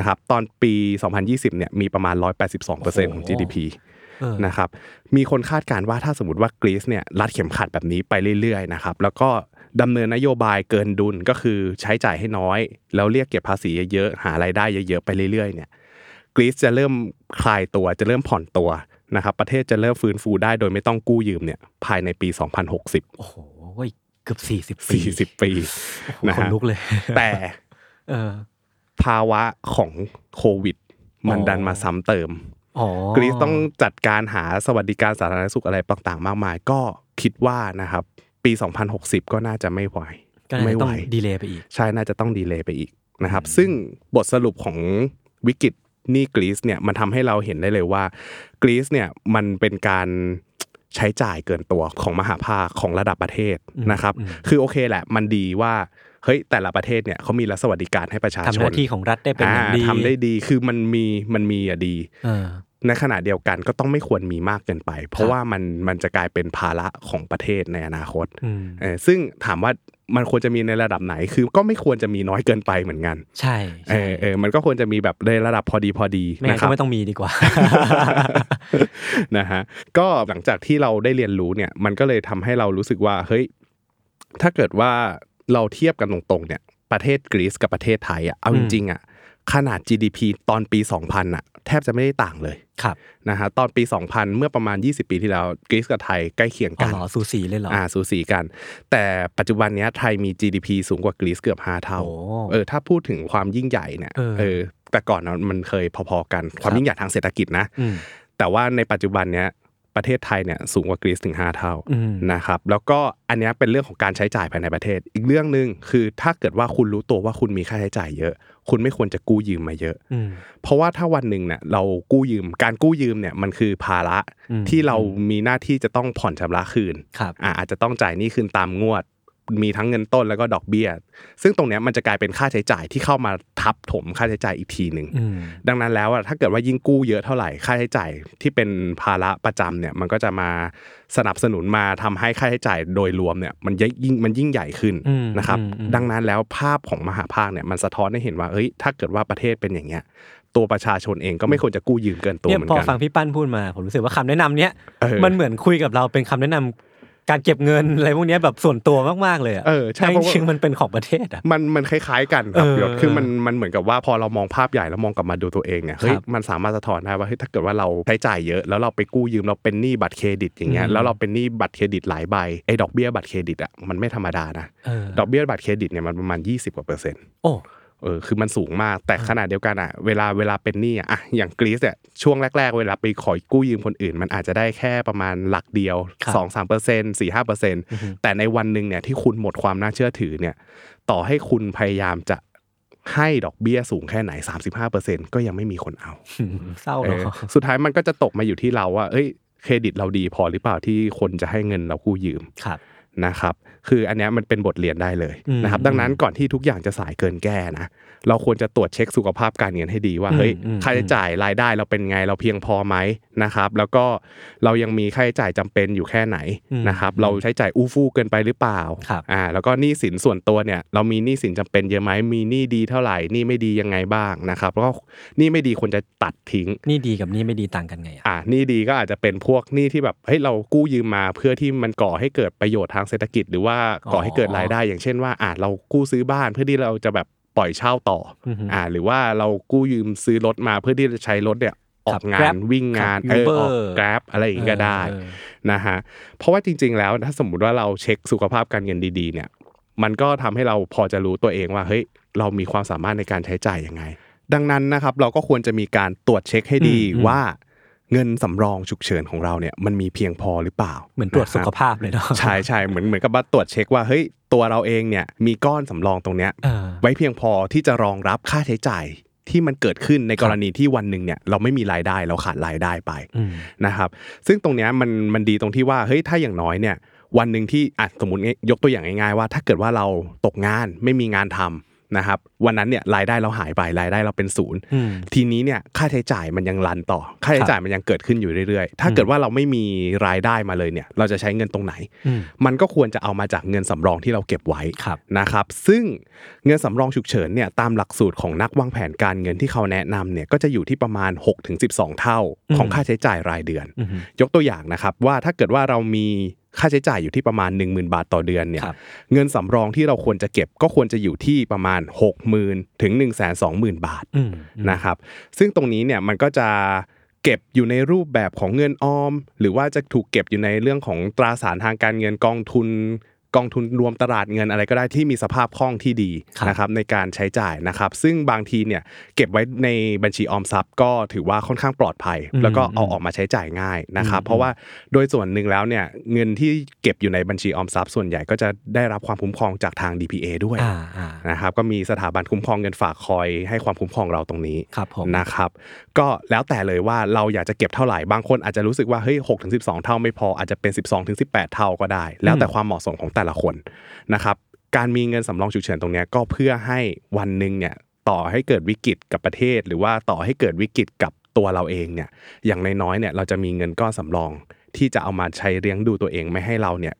ะครับตอนปี 2020เนี่ยมีประมาณ 182%ของ GDP เออ นะครับมีคนคาดการณ์ว่าถ้าสมมติว่ากรีซเนี่ยรัดเข็มขัดแบบนี้ไปเรื่อยๆนะครับแล้วก็ดำเนินนโยบายเกินดุลก็คือใช้จ่ายให้น้อย แล้วเรียกเก็บภาษีเยอะๆหารายได้เยอะๆไปเรื่อยๆเนี่ยกรีซจะเริ่มคลายตัวจะเริ่มผ่อนตัวนะครับประเทศจะเริ่มฟื้นฟูได้โดยไม่ต้องกู้ยืมเนี่ยภายในปี 2060 โอ้โหเว้ยเกือบสี่สิบปี 40 ปี โอ้โห นะ ข ฮะ นลุกเลย แต่ เออ ภาวะของโควิด มัน อ๋อ ดันมาซ้ำเติม อ๋อก รีซต้องจัดการหาสวัสดิการสาธารณสุขอะไรต่างๆ มากมาย ก็คิดว่านะครับปี 2060 ก็น่าจะไม่ไหว ก็เลย ไม่ ต้ ไห อ ว งดีเลย์ไปอีก ใช่น่าจะต้องดีเลย์ไปอีกนะครับ ซึ่งบทสรุปของวิกฤตหนี้กรีซเนี่ยมันทำให้เราเห็นได้เลยว่ากรีซเนี่ยมันเป็นการใช้จ่ายเกินตัวของมหาภาคของระดับประเทศนะครับ อืม คือโอเคแหละ มันดีว่าเฮ้ยแต่ละประเทศเนี่ยเขามีรัฐสวัสดิการให้ประชา ทำ ช หน้าน ที่ของรัฐได้เป็นอย่าง อ่า ดี ทำได้ดีคือมันมีมันมีอะดี เออ ในขณะเดียวกันก็ต้องไม่ควรมีมากเกินไป เพ ครั ราะ บ ว่ามันมันจะกลายเป็นภาระของประเทศในอนาคต อืม เออซึ่งถามว่ามันควรจะมีในระดับไหนคือก็ไม่ควรจะมีน้อยเกินไปเหมือนกัน ใช่ เอ ใช่ อเออมันก็ควรจะมีแบบในระดับพอดีพอดี ไม่งั้ นะ น ครั ก็ บ ไม่ต้องมีดีกว่า นะฮะก็หลังจากที่เราได้เรียนรู้เนี่ยมันก็เลยทำให้เรารู้สึกว่าเฮ้ยถ้าเกิดว่าเราเทียบกันตรงๆเนี่ยประเทศกรีซกับประเทศไทยอ่ะเอา อื จ ม ริงๆอ่ะขนาด GDP ตอนปี 2000อ่ะแทบจะไม่ได้ต่างเลย ครับ นะฮะตอนปี 2000 เมื่อประมาณ 20 ปีที่แล้วกรีซกับไทยใกล้เคียง อ๋อ กัน เหรอสูสีเลยเหรอ อ่าสูสีกัน แต่ปัจจุบันเนี้ยไทยมี GDP สูงกว่ากรีซเกือบ 5 โอ้ เท่า โห เออถ้าพูดถึงความยิ่งใหญ่เนี่ย เออ เออแต่ก่อนน่ะมันเคยพอๆกันความ ครับ ยิ่งใหญ่ทางเศรษฐกิจนะ อืม แต่ว่าในปัจจุบันเนี้ยประเทศไทยเนี่ยสูงกว่ากรีซถึง 5 เท่า อืม นะครับแล้วก็อันเนี้ยเป็นเรื่องของการใช้จ่ายภายในประเทศ อีกเรื่องหนึ่งคือถ้าเกิดว่าคุณรู้ตัวว่าคุณมีค่าใช้จ่ายเยอะ คุณไม่ควรจะกู้ยืมมาเยอะ อืม เพราะว่าถ้าวันหนึ่งเนี่ยเรากู้ยืมการกู้ยืมเนี่ยมันคือภาระ อืม ที่เรามีหน้าที่จะต้องผ่อนชำระคืน ครับ อ่ะอาจจะต้องจ่ายหนี้คืนตามงวด มีทั้งเงินต้นแล้วก็ดอกเบี้ย ซึ่งตรงเนี้ยมันจะกลายเป็นค่าใช้จ่ายที่เข้ามาทับถมค่าใช้จ่ายอีกทีหนึ่ง อืม ดังนั้นแล้วอ่ะถ้าเกิดว่ายิ่งกู้เยอะเท่าไหร่ค่าใช้จ่ายที่เป็นภาระประจำเนี่ยมันก็จะมาสนับสนุนมาทำให้ค่าใช้จ่ายโดยรวมเนี่ยมันยิ่งมันยิ่งใหญ่ขึ้น อืม นะครับ อืมอืม ดังนั้นแล้วภาพของมหาภาคเนี่ยมันสะท้อนให้เห็นว่าเอ้ยถ้าเกิดว่าประเทศเป็นอย่างเงี้ย ตัวประชาชนเองก็ไม่ควรจะกู้ยืมเกินตัว เนี่ย เหมือ พอน กั ฟัง น พี่ปั้นพูดมา ผมรู้สึกว่าคำแนะนำเนี้ย เออ มันเหมือนคุยกับเราเป็นคำแนะนำ การเก็บเงินอะไรพวกเนี้ยแบบส่วนตัวมากๆเลยอ่ะ เออใช่ แต่จ เพราะว่า ริงๆมันเป็นของประเทศอ่ะ มันมันคล้ายๆกันครับ เออย ศคือมันมันเหมือนกับว่าพอเรามองภาพใหญ่แล้วมองกลับมาดูตัวเองเนี่ยเฮ้ย ครับ มันสามารถสะท้อนได้ว่าเฮ้ยถ้าเกิดว่าเราใช้จ่ายเยอะ แล้วเราไปกู้ยืมเราเป็นหนี้บัตรเครดิตอย่างเงี้ย อืม แล้วเราเป็นหนี้บัตรเครดิตหลายใบไอ้ดอกเบี้ยบัตรเครดิตอ่ะมันไม่ธรรมดานะ เออ ดอกเบี้ยบัตรเครดิตเนี่ยมันประมาณ 20กว่าเปอร์เซ็นต์ โอ้ เออคือมันสูงมากแต่ขนาดเดียวกันอ่ะเวลาเวลาเป็นหนี้อะอ่ะอย่างกรีซเนี่ยช่วงแรก ๆ เวลาไปขอกู้ยืมคนอื่น มันอาจจะได้แค่ประมาณหลักเดียว ครับ สองสามเปอร์เซ็นต์สี่ห้าเปอร์เซ็นต์ อือฮึ แต่ในวันหนึ่งเนี่ยที่คุณหมดความน่าเชื่อถือเนี่ยต่อให้คุณพยายามจะให้ดอกเบี้ยสูงแค่ไหน 35%ก็ยังไม่มีคนเอา เศร้า เอ เนาะ อสุดท้ายมันก็จะตกมาอยู่ที่เราว่าเอ้ยเครดิตเราดีพอหรือเปล่าที่คนจะให้เงินเรากู้ยืม ครับ นะครับคืออันเนี้ยมันเป็นบทเรียนได้เลย อืม นะครับดังนั้นก่อนที่ทุกอย่างจะสายเกินแก้นะเราควรจะตรวจเช็คสุขภาพการเงินให้ดีว่า อืม เฮ้ย อืม ค่าใช้จ่ายรายได้เราเป็นไงเราเพียงพอไหมนะครับแล้วก็เรายังมีค่าใช้จ่ายจำเป็นอยู่แค่ไหน อืม นะครับเราใช้จ่ายอู้ฟู่เกินไปหรือเปล่า ครับ อ่าแล้วก็หนี้สินส่วนตัวเนี่ยเรามีหนี้สินจำเป็นเยอะไหมมีหนี้ดีเท่าไหร่หนี้ไม่ดียังไงบ้างนะครับแล้วก็หนี้ไม่ดีควรจะตัดทิ้ง นี่ดีกับนี่ไม่ดีต่างกันไงอ่ะ อ่าหนี้ดีก็อาจจะเป็นพวกหนี้ที่แบบเฮ้ยเรากู้ยืมมาเพื่อที่มันก่อให้เกิดประโยชน์ทางเศรษฐกิจ หรือว่าก่อให้เกิดรายได้ อย่างเช่นว่าอ่าเรากู้ซื้อบ้านเพื่อที่เราจะแบบปล่อยเช่าต่ออ อฮึ อ่าหรือว่าเรากู้ยืมซื้อรถมาเพื่อที่จะใช้รถเนี่ยออ ขั ก บ งาน Grab วิ่งงาน ขับ เออออก Uber Grab อะไรอย่างงี้ก็ได้ เออ นะฮะเพราะว่าจริง ๆ แล้วถ้าสมมุติว่าเราเช็คสุขภาพการเงินดีๆเนี่ยมันก็ทำให้เราพอจะรู้ตัวเองว่าเฮ้ยเรามีความสามารถในการใช้จ่ายยังไง ดังนั้นนะครับเราก็ควรจะมีการตรวจเช็คให้ดี อืมอืม ว่าเงินสำรองฉุกเฉินของเราเนี่ยมันมีเพียงพอหรือเปล่า เหมือนตรวจสุข นะคบ ภาพเลยเนาะ ใช่ใช่เหมือนเหมือนกับว่าตรวจเช็คว่าเฮ้ยตัวเราเองเนี่ยมีก้อนสำรองตรงเนี้ย เออ ไว้เพียงพอที่จะรองรับค่าใช้จ่ายที่มันเกิดขึ้นในกรณีที่วันหนึ่งเนี่ยเราไม่มีรายได้เราขาดรายได้ไป อืม นะครับซึ่งตรงเนี้ยมันมันดีตรงที่ว่าเฮ้ยถ้าอย่างน้อยเนี่ยวันหนึ่งที่อ่ะสมมติยกตัวอย่างง่ายๆว่า ถ้าเกิดว่าเราตกงานไม่มีงานทำนะครับวันนั้นเนี่ยรายได้เราหายไปรายได้เราเป็นศูนย์ อืม ทีนี้เนี่ยค่าใช้จ่ายมันยังรันต่อ ค่าใช้จ่ายมันยังเกิดขึ้นอยู่เรื่อยๆ ถ้าเกิดว่าเราไม่มีรายได้มาเลยเนี่ยเราจะใช้เงินตรงไหน อืม มันก็ควรจะเอามาจากเงินสำรองที่เราเก็บไว้ ครับ นะครับ ซึ่งเงินสำรองฉุกเฉินเนี่ยตามหลักสูตรของนักวางแผนการเงินที่เขาแนะนำเนี่ยก็จะอยู่ที่ประมาณ 6-12 เท่าของ อืม ค่าใช้จ่ายรายเดือน อืม ยกตัวอย่างนะครับว่าถ้าเกิดว่าเรามีค่าใช้จ่ายอยู่ที่ประมาณ 10,000 บาทต่อเดือนเนี่ย ครับ เงินสำรองที่เราควรจะเก็บก็ควรจะอยู่ที่ประมาณ 60,000ถึง120,000 บาท อืม นะครับซึ่งตรงนี้เนี่ยมันก็จะเก็บอยู่ในรูปแบบของเงินออม หรือว่าจะถูกเก็บอยู่ในเรื่องของตราสารทางการเงินกองทุน กองทุนรวมตลาดเงินอะไรก็ได้ที่มีสภาพคล่องที่ดี ครับ นะครับในการใช้จ่ายนะครับ ซึ่งบางทีเนี่ยเก็บไว้ในบัญชีออมทรัพย์ก็ถือว่าค่อนข้างปลอดภัย แล้วก็เอาออกมาใช้จ่ายง่ายนะครับ เพราะว่าโดยส่วนหนึ่งแล้วเนี่ยเงินที่เก็บอยู่ในบัญชีออมทรัพย์ส่วนใหญ่ก็จะได้รับความคุ้มครองจากทาง DPA ด้วย อ่าอ่า นะครับก็มีสถาบันคุ้มครองเงินฝากคอยให้ความคุ้มครองเราตรงนี้ ครับผม นะครับ ก็แล้วแต่เลยว่าเราอยากจะเก็บเท่าไหร่บางคนอาจจะรู้สึกว่าเฮ้ยหกถึงสิบสองเท่าไม่พออาจจะเป็นสิบสองถึงสิบแปดเท่าก็ได้ แล้วแต่ความเหมาะสมของแต่ละคนนะครับการมีเงินสำรองฉุกเฉินตรงเนี้ยก็เพื่อให้วันหนึ่งเนี่ยต่อให้เกิดวิกฤตกับประเทศ หรือว่าต่อให้เกิดวิกฤตกับตัวเราเองเนี่ยอย่างน้อยๆเนี่ยเราจะมีเงินก้อนสำรองที่จะเอามาใช้เลี้ยงดูตัวเองไม่ให้เราเนี่ย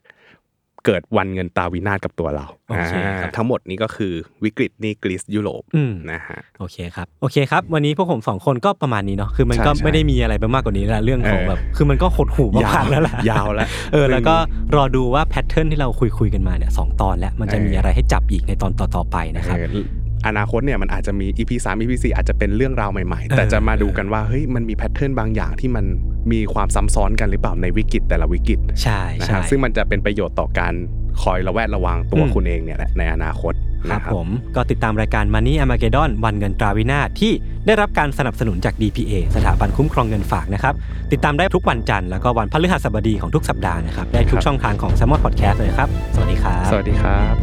เกิดวันเงินตาวินาศกับตัวเรา โอเคครับ อ่าทั้งหมดนี้ก็คือวิกฤตหนี้กรีซยุโรป อืม นะฮะ โอเคครับ โอเคครับ วันนี้พวกผมสองคนก็ประมาณนี้เนาะ คือมัน ใช่ ก็ ใช่ ไม่ได้มีอะไรไปมากกว่านี้ละเรื่องของ เออ แบบ คือมันก็หดหูมากๆแล้วล่ะ ยาวแล้ว เออ แล้วก็รอดูว่าแพทเทิร์นที่เราคุยคุยๆกันมาเนี่ยสองตอนแล้ว มันจะมี เอออ อะไรให้จับอีกในตอนต่อๆไปนะครับ เอออนาคตเนี่ยมันอาจจะมี EP 3 EP 4อาจจะเป็นเรื่องราวใหม่ๆ แต่จะมาดูกันว่าเฮ้ยมันมีแพทเทิร์นบางอย่างที่มันมีความซ้ำซ้อนกันหรือเปล่าในวิกฤตแต่ละวิกฤต ใช่ นะ ใช่ ฮะซึ่งมันจะเป็นประโยชน์ต่อการคอยระแวดระวังตัว อืม คุณเองเนี่ยแหละในอนาคต ครับ นะ ผมก็ติดตามรายการ Money a r m a g e d o n วันเงินตราวินาศที่ได้รับการสนับสนุนจาก DPA สถาบันคุ้มครองเงินฝากนะครับ ติดตามได้ทุกวันจันทร์แล้วก็วันพฤหัสบดีของทุกสัปดาห์นะครับ ได้ทุ ค ก รับ ช่องทางของ s ซ m o n Podcast เลยครับ สวัสดีครับ สวัสดีครับ